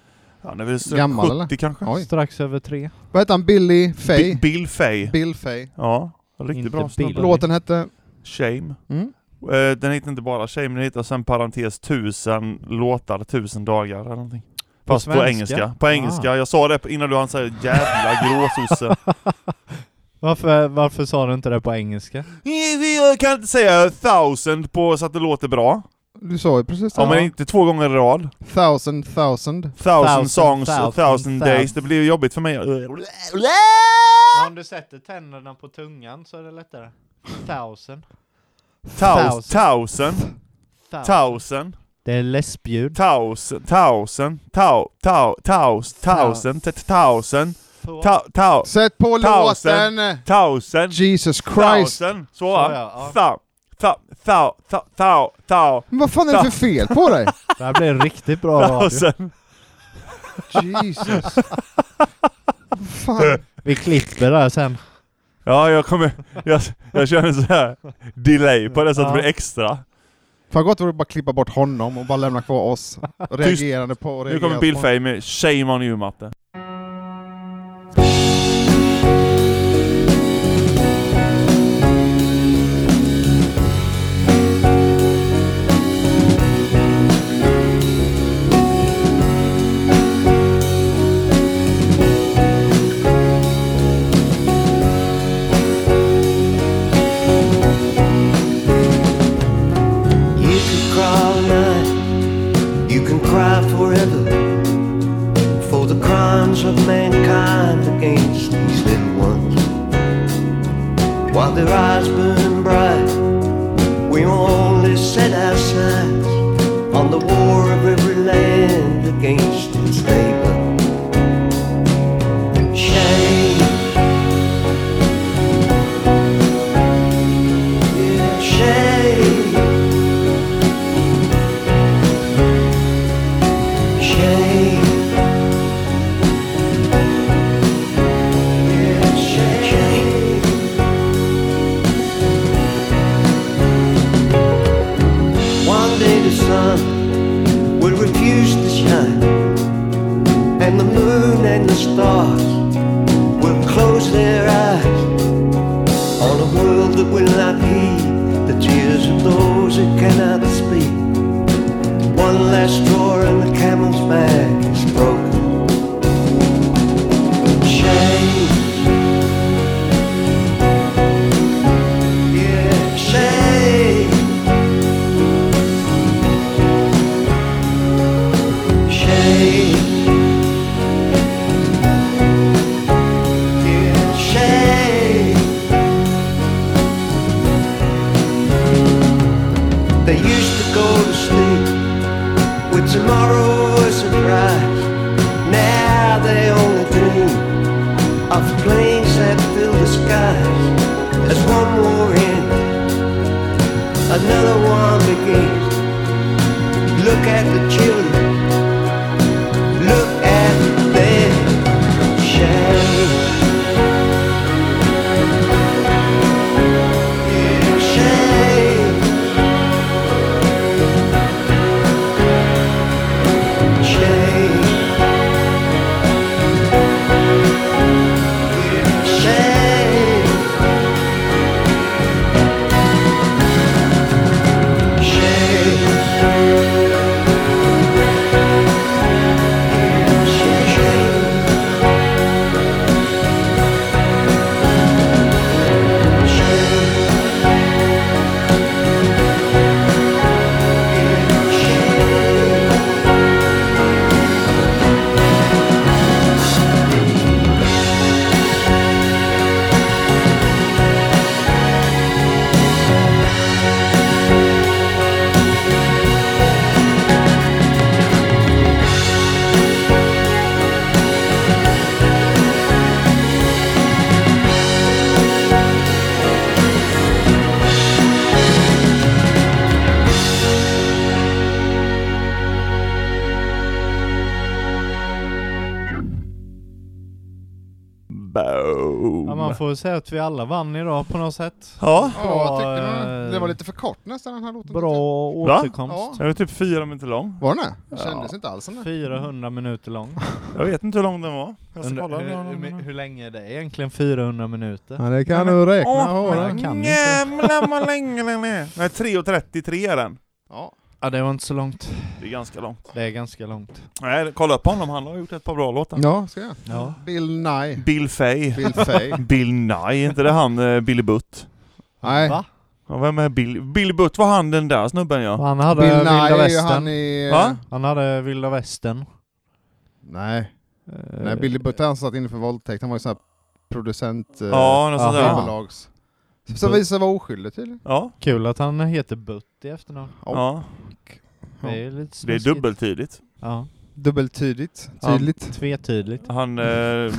Han är väl så
Gammal,
70 kanske?
Oj.
Strax över tre.
Vad heter han? Billy Fay?
Bi- Bill Fay.
Bill Fay.
Ja, riktigt
Inte
bra
Bill.
snubbe.
Låten hette...
Shame.
Mm?
Eh, Den heter inte bara Shame, den heter sen parentes 1000 låtar, 1000 dagar eller någonting.
På
Fast på,
svenska?
engelska. På engelska. Jag sa det innan du hann säga jävla gråsosse.
Varför, varför sa du inte det på engelska?
Jag kan inte säga 1000 på så att det låter bra.
Du sa ju precis det.
Ja, men inte två gånger i rad.
Thousand, thousand.
Thousand
Thousand,
songs och
thousand,
thousand days.
thousand.
Det blir jobbigt för mig.
Men om du sätter tänderna på tungan så är det lättare. Thousand.
Taus- Thousand. Thousand.
Det är läspljud.
Thousand. Thousand. Tau- tau- taus- Thousand. t- Thousand. Tau- tau-
Sätt på
Thousand.
låten!
Thousand.
Jesus Christ!
Thousand. Så
Så,
va?
ja,
Thou. Thou. Thou. Thou. Thou. Thou.
Men vad fan är det för fel på dig?
Det här blir riktigt bra radio.
Thousand.
Jesus. fan.
Vi klipper det här sen.
Ja, jag kommer... Jag, jag kör en sån här delay på det så att det
Ja.
blir extra.
Fan gott vore det bara klippa bort honom och bara lämna kvar oss. Reagerande på och
Nu kommer
reagerande
Bill
på.
Fay med Shame on you Matte.
You can cry all night, you can cry forever for the crimes of mankind against these little ones. While their eyes burn bright, we only set our sights on the war of every land against its neighbor. Shame. Yeah, shame. Shame. Yeah, shame. One day the sun will refuse to shine, and the moon and the stars will close their eyes on a world that will not heed the tears of those who cannot speak. One last straw in the camel's back is broken. Shame. Yeah, shame.
Boom.
Ja, man får ju säga att vi alla vann idag på något sätt.
Ja,
Ja, jag tyckte
Bra,
den-
eh,
det var lite för kort nästan den här låten.
Bra
Va?
återkomst.
den är typ fyra minuter lång.
Var den det? Det
Ja.
kändes inte alls som det.
400 minuter lång.
Jag vet inte hur lång den var. Jag ska
Undrar,
kolla.
hur, hur, hur länge är det egentligen 400 minuter?
Ja, det
Nej,
kan
men-
du räkna
Åh,
på.
men-
det.
jag kan inte.
Jävlar vad länge den är! Nej, 3.33 är den.
Ja.
Ja det var inte så långt.
Det är ganska långt.
Det är ganska långt.
Nej, kolla upp honom. Han har gjort ett par bra låtar.
ja, ska jag.
Ja.
Bill Nye.
Bill Fay.
Bill Fay.
Bill Nye, inte det han eh, Billy Butt?
Nej.
Va?
Ja, vem är Bill? Billy Butt var han den där snubben ja.
Han hade
Bill Nye
vilda
är ju han
västern.
i... eh,
Va?
Han hade vilda västern.
Nej. Eh,
Eh.
Nej, Billy Butt han satt inne för våldtäkt. Han var ju sån här producent... eh,
Ja, något sånt
Aha.
där.
Skivbolags. Som visade sig vara oskyldig tydligen.
Ja,
Eh, Kul att han heter Butt i efternamn.
ja.
Det är ju lite
Det är
snuskigt.
dubbeltydigt.
Ja.
Dubbeltydigt.
Ja.
Tydligt.
Tvetydigt.
Han eh,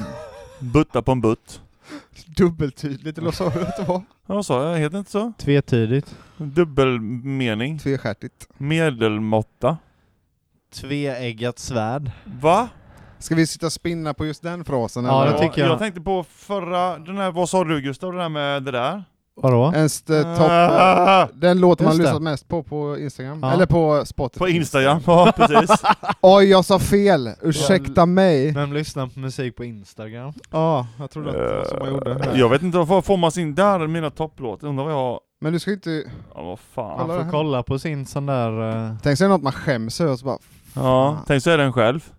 buttar på en butt.
Dubbeltydligt, eller vad sa du att det var?
Ja, Vad sa jag? Heter det inte så?
Tvetydigt.
Dubbelmening.
Tvestjärtigt.
Medelmåtta.
Tveeggat svärd.
Va?
Ska vi sitta och spinna på just den frasen?
Ja,
eller?
jag tycker jag.
jag tänkte på förra, den här, vad sa du Gustav, det där med det där?
Vadå?
En st- topp...
Ah,
Den låten man
Just det.
lyssnat mest på på Instagram,
Ja.
eller på Spotify.
på Instagram, ja precis.
Oj, jag sa fel! Ursäkta mig!
Vem lyssnar på musik på Instagram?
Ja, jag trodde att det var så man
Eh,
gjorde.
Jag vet inte, vad får man sin, där är mina topplåtar, undrar vad jag,
Men du ska ju inte...
ja vad fan.
Man
Kolla det här.
får kolla på sin sån där... eh,
Tänk sig något man skäms över, och så bara...
Ja, tänk så är den själv.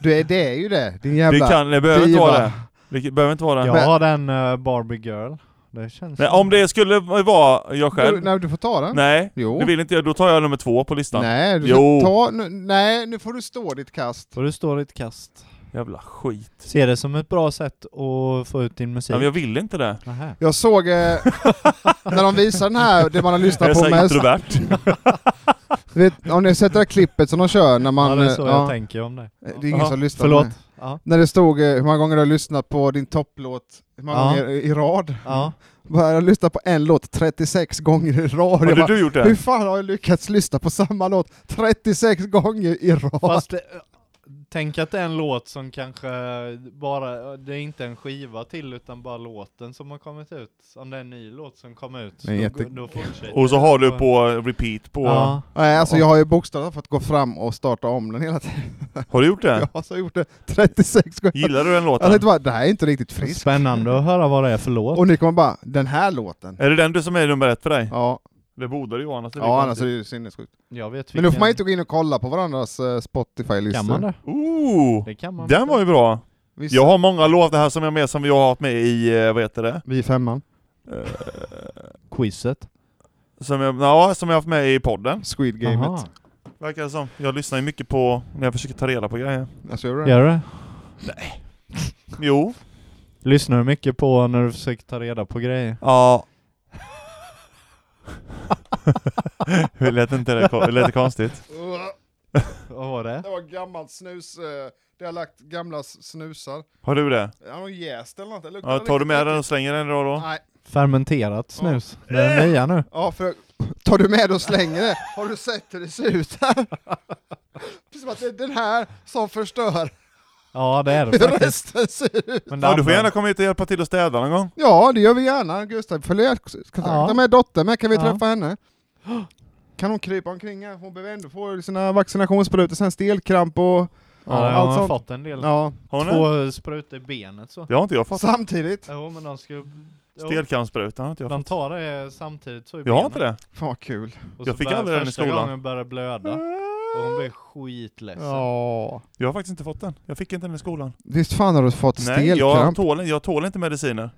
Du är, det är ju det, din
Det,
jävla...
kan, det behöver inte
diva.
vara det. Det behöver inte vara det.
Jag
Men-
har den eh, Barbie girl. Det känns...
Nej, om det skulle vara jag
Du,
själv,
nej, du får ta den.
nej,
Jo.
det vill inte jag, då tar jag nummer två på listan.
Nej, du
Jo.
ska ta... Nu, nej, nu får du stå ditt kast.
Får du stå ditt kast.
Jävla skit.
Se det som ett bra sätt att få ut din musik.
Nej, men jag vill inte det.
Nähä.
Jag såg... Eh, när de visar den här, det man har
Jag är
lyssnat
så
på
här
mest...
introvert.
Du Vet, om ni sätter det här klippet som de kör när man...
ja, det är så
eh,
jag tänker om
Mm.
det.
Det är ingen
Jaha,
som lyssnar
Förlåt.
på mig.
Ja.
När det stod eh, hur många gånger du har lyssnat på din topplåt, hur många
Ja.
gånger i rad?
ja.
Bara, jag har lyssnat på en låt 36 gånger i rad.
Har
Jag bara,
du gjort
hur
det?
fan har jag lyckats lyssna på samma låt 36 gånger i rad?
Fast det, tänk att det är en låt som kanske bara, det är inte en skiva till utan bara låten som har kommit ut. Om det är en ny låt som kom ut, så
Det är
då,
jätte-
då fortsätter
Och så har du på repeat på...
Ja.
Nej, alltså jag har ju bokstavligt fått gå fram och starta om den hela tiden.
Har du gjort det?
Jag har så gjort det 36 gånger.
Gillar du den
Jag
låten?
tänkte bara, det här är inte riktigt friskt.
Spännande att höra vad det är för låt.
Och ni kommer bara, den här låten?
Är det den du som är nummer ett för dig?
Ja,
Det borde det ju vara, annars är det
ja annars är
konstigt.
det ju sinnessjukt.
jag vet
Men då får man inte gå in och kolla på varandras eh, Spotify-listor.
Kan man det?
Ooh,
Det kan man.
den var ju bra!
Visst.
Jag har många låtar här som jag, med, som jag har haft med i, eh, vad heter det? Eh,
Vi i femman.
Quizet.
Som jag, ja, som jag har haft med i podden.
Squid Gamet.
Aha.
Verkar det som. Jag lyssnar ju mycket på, när jag försöker ta reda på grejer.
Alltså, gör du det?
Gör du det?
Jo.
Lyssnar du mycket på när du försöker ta reda på grejer?
Ja. Hur lät inte det? ko- Lät det konstigt?
Vad var det?
Det var gammalt snus, eh, det har lagt gamla s- snusar.
Har du det?
Han har jäst eller något. Det luktar
Ja, tar du med
riktigt
den och slänger den idag då?
äckligt. Nej.
Fermenterat snus. Det är nya nu.
Ja, för tar du med och slänger det? Har du sett hur det ser ut här? Precis som att det är den här som förstör
Ja det är det
hur
faktiskt.
resten ser ut.
Men det
Ja, du får
andra-
gärna komma hit och hjälpa till att städa någon gång.
Ja, det gör vi gärna. Gustav, följ kontakta
Ja.
med dottern med. Kan vi
Ja.
träffa henne? Kan hon krypa omkring här? Hon behöver ändå få sina vaccinationssprutor, sen stelkramp och...
Ja, det har
allt
man
sånt.
fått en del.
Ja,
Har ni?
Två sprutor i benet så.
Det har inte jag fått.
samtidigt.
Jo men de skulle... jo,
Stelkrampssprutan har inte jag fått.
De tar det samtidigt så i
Jag har
benet.
inte det.
Fan vad kul.
Och
Jag
så
fick
börjar
aldrig den i
första
skolan.
gången börjar blöda. Och hon blir skitledsen.
Ja.
Jag har faktiskt inte fått den. Jag fick inte den i skolan.
Visst fan har du fått
Nej, jag
stelkramp?
tål, jag tål inte mediciner.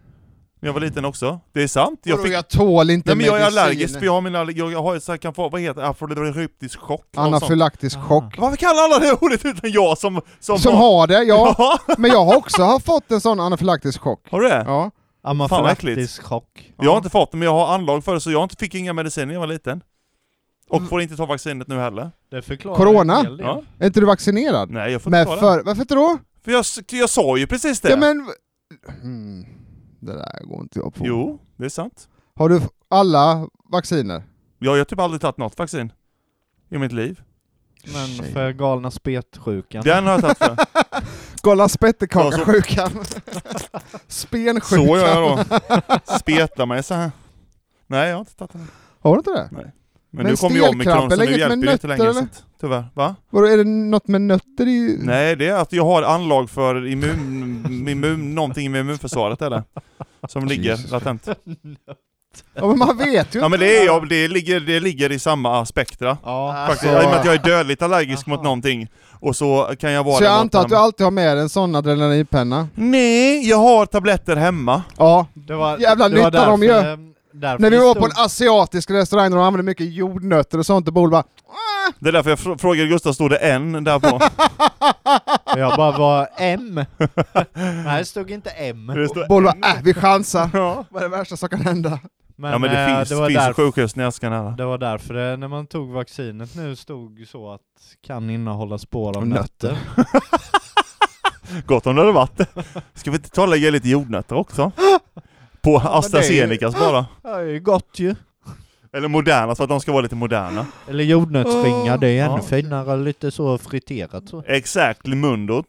Men jag var liten också. Det är sant. Jag
Vadå,
fick...
jag tål inte
Nej men jag är
medicin.
allergisk för jag har min allergi... Jag har så här, kan få, vad heter det? Afrodryptisk chock? något sånt.
Anafylaktisk
Aha.
chock.
Varför kallar alla det ordet utan jag som... Som,
Som har det, ja.
Ja.
Men jag har också har fått en sån anafylaktisk chock.
Har du det?
Ja.
Amafylaktisk
äckligt.
chock.
Jag har inte fått det, men jag har anlag för det, så jag inte fick inga mediciner när jag var liten. Och
Mm.
får inte ta vaccinet nu heller.
Det förklarar
Corona?
en hel del.
Ja.
Är inte du vaccinerad?
Nej, jag får
Men
inte ta det.
för, varför inte då?
För jag, s- jag sa ju precis det!
Ja men... Hmm. Det där går inte jag på.
Jo, det är sant.
Har du f- alla vacciner?
Jag har ju typ aldrig tagit något vaccin. I mitt liv.
Men
Shit.
för galna spetsjukan.
Den har jag tagit för.
Skålla spettekaka
Ja, så-
sjukan. Spensjukan.
Så gör jag då. Speta mig så här. Nej, jag har inte tagit den.
Har du inte det?
Men,
Men
nu kommer ju omikron så
stelkramp, eller
nu
inget
hjälper
med
det inte
nötter,
längre.
eller? Mm.
så att- Tyvärr. Va?
Vadå, är det något med nötter i?
Nej, det är att jag har anlag för immun, immun, någonting med immunförsvaret är det. Som
Jesus.
ligger latent.
Ja men man vet ju
Ja men det, är, jag- det, ligger, det ligger i samma spektra.
Ah.
Ja,
Faktiskt. I och med att jag är dödligt allergisk mot någonting. Och så kan jag vara
Så jag
det mot
antar att du
dem.
alltid har med dig en sån adrenalinpenna?
Nej, jag har tabletter hemma.
Ja.
det var,
Jävla
det var
nytta de
därför,
gör.
eh, därför
När vi var på
stod-
en asiatisk restaurang där de använde mycket jordnötter och sånt och Bol bara
Det är därför jag fr- frågade Gustav, stod det en där på?
Och jag bara var M. Nej, det stod inte M.
Det står
Bol bara äh, vi chansar.
Ja.
Vad är det värsta som kan hända?
Men,
ja men det
eh,
finns,
det var
finns
därför,
sjukhus när jag ska nära.
det var därför det, när man tog vaccinet nu stod så att kan innehålla spår av
Och nötter.
nötter.
Gott om det hade varit det. Ska vi inte ta och lägga lite jordnötter också? På AstraZenecas bara.
Det är ju gott ju.
Eller Moderna, så att de ska vara lite moderna.
Eller jordnötsringar, det är ännu
Ja.
finare, lite så friterat så.
Exakt, mundot.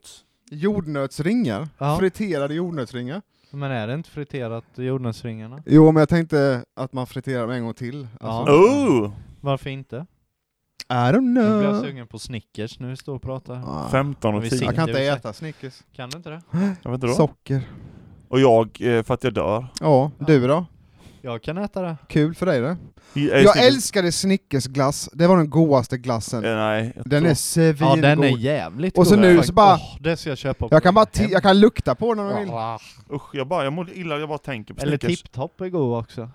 Jordnötsringar?
Ja.
Friterade jordnötsringar?
Men är det inte friterat, eh, jordnötsringarna?
Jo men jag tänkte att man friterar dem en gång till. Alltså,
Ja.
Oh!
Varför inte?
I don't
Nu blir jag
know.
sugen på Snickers nu vi står och pratar.
Ah.
15 och
Vi
10.
ser-
Jag kan inte
Det är
äta Snickers.
Kan du inte det?
Jag vet inte då.
Socker.
Och jag, eh, för att jag dör.
Ja, du då?
Jag kan äta det.
Kul för dig det.
I- eh,
Jag
Snickers-
älskade Snickers glass. Det var den godaste glassen.
Eh, Nej, jag
Den
tror-
är svingod.
Ja den är jävligt
Och så
god.
nu
Fan,
så bara-
åh, det ska jag köpa. på
Jag kan bara ti-
hem.
jag kan lukta på den om jag vill.
Ah.
Usch, jag, bara, jag mår illa, jag bara tänker på
Eller
Snickers.
tipptopp är god också.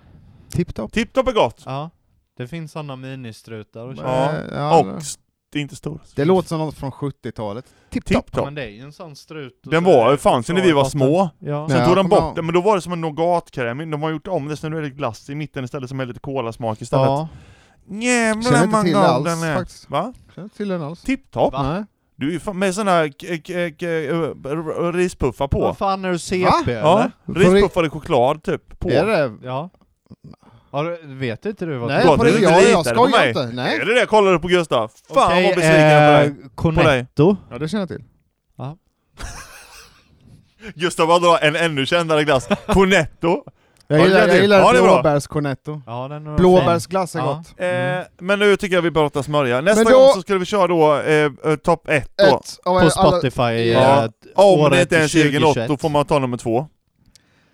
Tipptopp.
Tipptopp är gott!
Ja. Det finns sådana ministrutar och köpa.
Ja.
Eh, ja,
Och st- det är inte stor.
Det låter som något från 70-talet. Tipptopp.
Tipptopp.
Men det är ju en sån strut. och
Den
så är
var,
det
fanns ju när vi var
choklad-
små.
Ja.
Ja.
Sen tog
kommer
de bort
jag-
den, men då var det som en nougatkräm. De har gjort om det, så nu är det glass i mitten istället som är lite kolasmak istället.
ja.
Känner
Jävlar
inte
vad
till
god
alls
den är.
faktiskt.
Va?
Känner inte till den alls.
Tipptopp?
Va?
Nej.
Du är ju fan med såna här k- k- k- r- rispuffar på.
Vad fan är du CP
Va?
eller?
Ja,
Ja.
rispuffar i choklad typ. På.
Är det
ja. Har du, vet inte du vad
Nej,
Gott,
på det,
du
jag, jag
litar på
skojar
mig.
inte. Nej. eh,
Är det det? Kollar du på Gustav? Fan
Okej, eh,
vad besviken jag är på dig.
Cornetto.
Ja, det känner jag till.
Gustav bara drar en ännu kändare glass. Cornetto.
Jag
Ja, det
gillar,
känner jag
jag
till.
gillar
Ja, det är bra.
blåbärscornetto.
Ja, den var
Blåbärsglass är
Ja.
gott.
Eh, men nu tycker jag vi pratar smörja. Nästa
Men då-
gång så skulle vi köra då eh, eh, topp ett då.
Ett av
fin. På
alla-
Spotify.
Ja.
eh,
Om
året
det inte är ens egen låt,
2021.
då får man ta nummer två.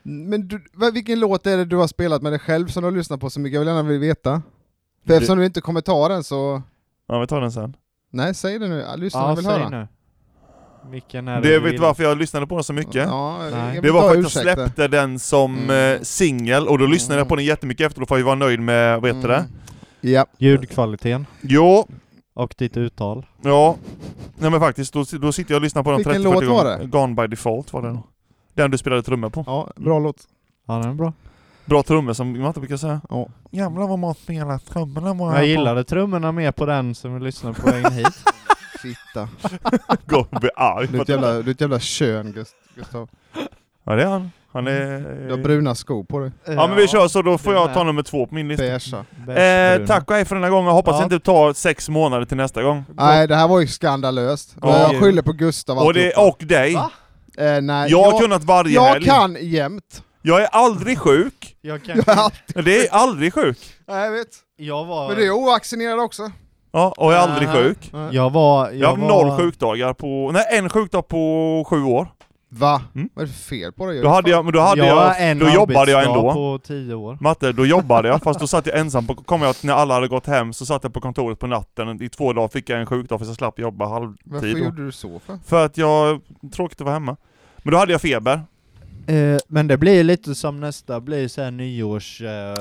Men du, vad- vilken låt är det du har spelat med dig själv som du har lyssnat på så mycket? Jag vill gärna vill veta. För
Det-
eftersom du inte kommer ta den så...
Ja, vi tar den sen.
Nej, säg det nu. Ja, Lyssnarna
Ja,
vill
säg
höra.
nu. Vilken är det
Det
du
vet
vill?
varför jag lyssnade på den så mycket.
Ja, jag
Nej.
vill
Det var
ta
för att jag
ursäkter.
släppte den som
Mm.
eh, singel, och då lyssnade jag på den jättemycket efter, då får jag ju vara nöjd med, vad heter det?
Mm. Ja.
Ljudkvaliteten
Jo,
och ditt uttal.
ja. Nej men faktiskt, då, då sitter jag och lyssnar på den
Vilken
30-40
låt var
gånger.
det?
Gone by default var det nog. Den du spelade trummor på.
ja, bra låt.
Ja, den är bra.
Bra trummor som Matte brukar säga.
Ja.
Jävlar vad Matt spelar trummorna var
Jag gillade trummorna mer på den som vi lyssnade på vägen hit.
Fitta.
på. Gone by arg.
Du är ett jävla, du är ett jävla kön Gust- Gustav.
Ja det är han. Han
Du har
är...
bruna skor på dig.
Ja men vi kör så, då får
Det
jag ta
med.
nummer två på min lista.
Beiga.
Bäst
Eh,
brun.
tack och hej för den här gången, hoppas
Ja.
det inte tar sex månader till nästa gång.
Nej, det här var ju skandalöst.
Ja.
Jag skyller på Gustav
Och, det,
alltihopa.
och dig.
Va?
eh, nej,
Jag har kunnat varje
jag
helg.
kan jämt.
Jag är aldrig sjuk.
Jag, kan,
Jag, är alltid-
Det är aldrig sjuk.
nej, jag vet.
jag var...
Men du är ovaccinerad också.
Ja, och jag är aldrig
Aha.
sjuk.
Nej.
Jag var...
Jag har
Jag, var,
noll sjukdagar på... Nej, en sjukdag på sju år.
Va?
Mm.
Vad är det för fel på dig?
Då hade jag... Men då hade
var
jag...
en
då jobbade jag
arbetsdag
ändå.
på tio år.
Matte, då jobbade jag, fast då satt jag ensam på... Kom jag att när alla hade gått hem så satt jag på kontoret på natten. I två dagar fick jag en sjukdag för jag slapp jobba
Varför
halvtid. då.
gjorde du så för?
För att jag... Tråkigt att vara hemma. Men då hade jag feber.
Eh, men det blir lite som nästa, blir såhär nyårs... Eh,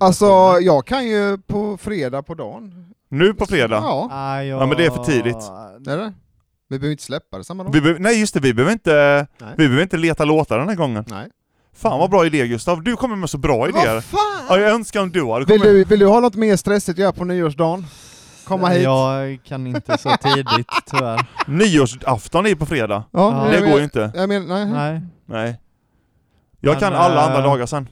Alltså, jag kan ju på fredag på dagen.
Nu på fredag.
Ja,
Ah, jag...
Ja, men det är för tidigt.
är det? Vi behöver inte släppa det samma dag.
Vi behöver- nej just det, vi behöver inte...
Nej.
Vi behöver inte leta låtar den här gången.
Nej.
Fan vad bra idé Gustav, du kommer med så bra idéer.
Vad fan!
Ja, jag önskar om du hade
Vill
kommit.
du, vill du ha något mer stressigt att göra på nyårsdagen? Komma hit?
Jag kan inte så tidigt tyvärr.
Nyårsafton är ju på fredag.
Ja,
Ja.
jag
Det
men-
går ju inte.
Jag menar, nej.
Nej.
Nej. Jag
Men,
kan alla
eh,
andra dagar sen.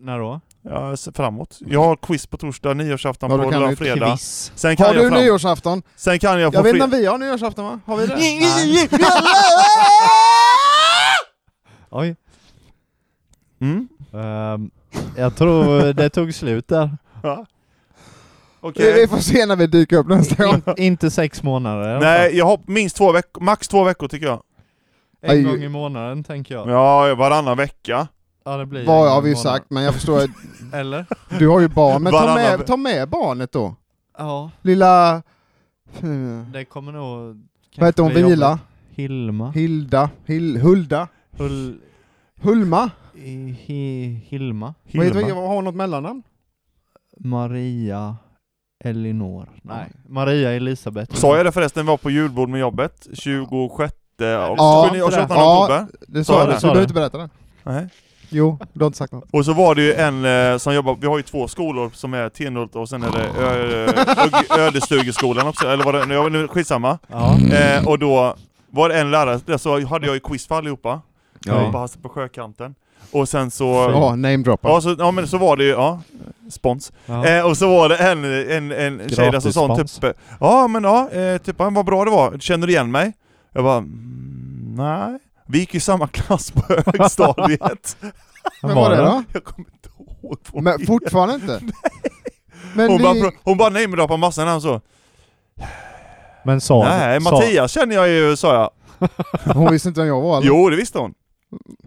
När då?
ja, se framåt. Jag har quiz på torsdag, nyårsafton
Ja, då
på
kan du
lördag
inte
fredag.
Quiz.
Sen kan,
Har
jag
du
fram,
nyårsafton?
sen kan jag få
Jag vet inte om
fri-
vi har nyårsafton va? Har vi det?
Oj.
mm?
Ehm, jag tror det tog slut där.
ja. Okej.
Vi- Vi får se när vi dyker upp nästa gång.
In, inte sex månader. i alla
Nej, jag hopp, minst två veckor, max två veckor tycker jag.
fall. En
Aj.
gång i månaden tänker jag.
Ja, varannan vecka.
Ja det blir en
Vad
gång
har
i
vi ju
månaden.
sagt, men jag förstår att
Eller?
du har ju barn. Men ta
Varannan-
med, ta med barnet då.
Ja,
Lilla... hmm,
det kommer nog... kanske
Vad heter hon?
bli
Vila?
jobbigt. Hilma?
Hilda? Hil, Hulda?
Hul,
Hulma?
i- hi, Hilma?
Vad heter,
Hilma.
har hon något mellannamn?
Maria Elinor? Nej, Maria Elisabeth.
Sa jag det förresten, vi var på julbord med jobbet 26
Ja,
och 29 och 28
ja.
oktober.
Du
Sa
sa
du?
det,
Sa
så
du?
du behöver inte berätta det.
Nej.
Jo, du har inte sagt något.
Och så var det ju en eh, som jobbar, vi har ju två skolor som är Tenhult och sen är det Ö- Ö- Ödestugeskolan också, eller vad det nu, jag vet inte, skitsamma.
Ja.
Eh, och då var det en lärare, där så hade jag ju quiz för allihopa,
Ja.
ja. på sjökanten. Och sen så...
Ja, namedroppa.
Ja, så, ja men så var det ju, ja, spons.
Ja.
Eh, och så var det en, en, en tjej där som sa
Gratisspons.
typ eh, Ja men ja, eh, typ "Ah, vad bra det var, känner du igen mig? Jag bara "Mm, nej. Vi gick ju i samma klass på högstadiet.
Men vad var det då?
Jag kommer inte ihåg. vad vi-
Men fortfarande inte? Men
hon, bara,
vi...
pro- hon bara nej men du har på massan han så.
Men sa
Nej
sa-
Mattias känner jag ju sa jag.
Hon visste inte vem jag var eller?
Jo det visste hon.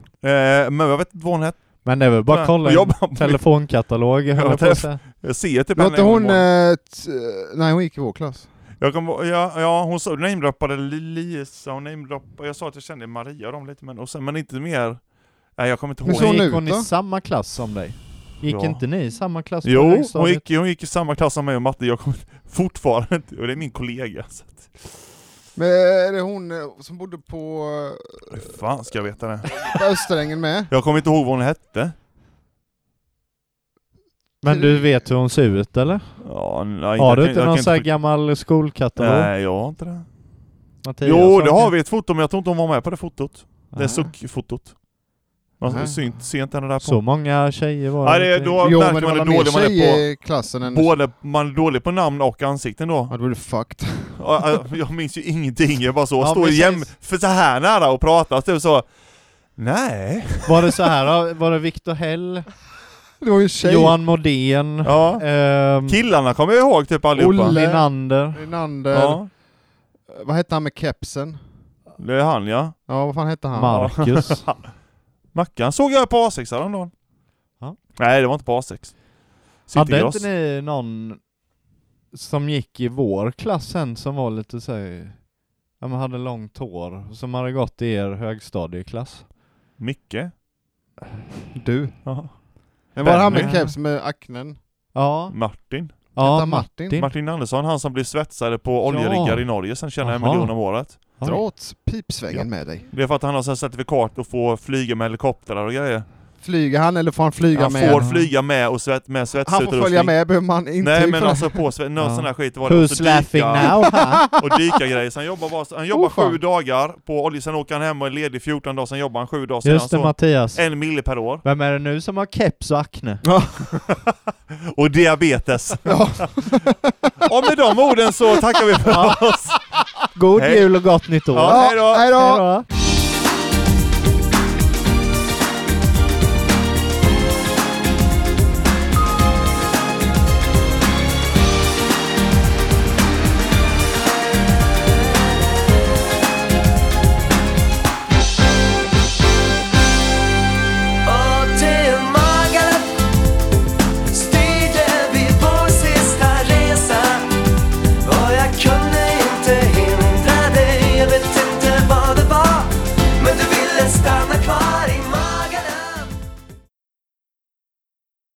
Eh, men jag vet inte vad hon hette.
Men det är väl bara att kolla
Och
en
jag, bara,
telefonkatalog höll jag på att säga.
jag ser typ
Var
henne
inte
en gång
hon...
om året.
eh, t- eh, Nej, hon gick i vår klass.
Jag kom, på- ja, ja, hon sa- namedroppade Lisa och namedroppade, jag sa att jag kände Maria och dem lite men, och sen, men inte mer. Nej jag kommer inte
Men
ihåg.
så hon
Men gick
ut
hon i
då?
samma klass som dig? Gick
Ja.
inte ni i samma klass på
Jo, hon
högstadiet?
gick, hon gick i samma klass som mig och Matte, jag kommer fortfarande inte, och det är min kollega. Så att,
Men är det hon eh, som bodde på
hur fan ska jag veta det?
eh, på Österängen med?
Jag kommer inte ihåg vad hon hette.
Men du vet hur hon ser ut eller?
Ja, nej,
Har
jag
du
kan-
inte
jag
någon
kan
sån här
förklara-
gammal skolkatalog?
Nej, jag har inte det.
Mattias,
Jo, det
okej.
har vi ett foto, men jag tror inte hon var med på det fotot. Det
Ah.
är suckfotot. Man
Nej.
ser inte- ser inte henne där på.
Så många tjejer var
Nej,
det
det är
inte.
då
Jo
märker
men det
man
var
hur
mer
dålig man är på.
tjejer i klassen än...
Både, man är dålig på namn och ansikten då.
Ja, då blir du fucked.
Ja, ja, Jag minns ju ingenting, jag bara så,
Ja,
står
precis.
jäm, för så här nära och pratar, typ så. Nej.
Var det så här då? Var det Victor Hell?
Det var ju en tjej.
Johan Modén?
Ja.
ehm,
Killarna kommer jag ihåg typ allihopa.
Olle.
Linander?
Rinander.
Ja,
Vad hette han med kepsen?
det är han ja.
Ja, vad fan hette han?
Marcus?
Mackan såg jag på A6 häromdagen.
Ja.
Nej, det var inte på A6.
Hade
Citygross.
inte ni någon som gick i vår klass sen som var lite såhär, ja men hade långt hår, som hade gått i er högstadieklass?
Micke.
Du.
Ja.
Men var det han med
Benny.
keps med aknen?
Ja,
Martin.
ja
han Martin?
Martin.
Martin Andersson, han som blev svetsare på oljeriggar
Ja.
i Norge, sen tjänar en
Jaha.
miljon om året.
Oj.
Dra åt pipsvängen
Ja.
med dig.
Det är för att han har så här certifikat och får flyga med helikoptrar och grejer.
Flyger han eller får han flyga
han
med?
får flyga med och svett, med
han får
svetsutrustning.
följa med, behöver man inte
Nej men alltså på svett, någon
Ja.
sån här skit var det. Och så
Who's laughing
dyka,
now? huh?
och dyka grejer. Så han jobbar, bara, så- han jobbar
Oh, fan.
sju dagar på olja, sen åker han hem och är ledig 14 dagar, sen jobbar han sju dagar, sen är han
Just det
så
Mattias.
en mille per år.
Vem är det nu som har keps och akne?
Och diabetes. och med de orden så tackar vi för oss.
God
Hej.
jul och gott nytt år!
Ja, hej då.
Hej då!
Hej då.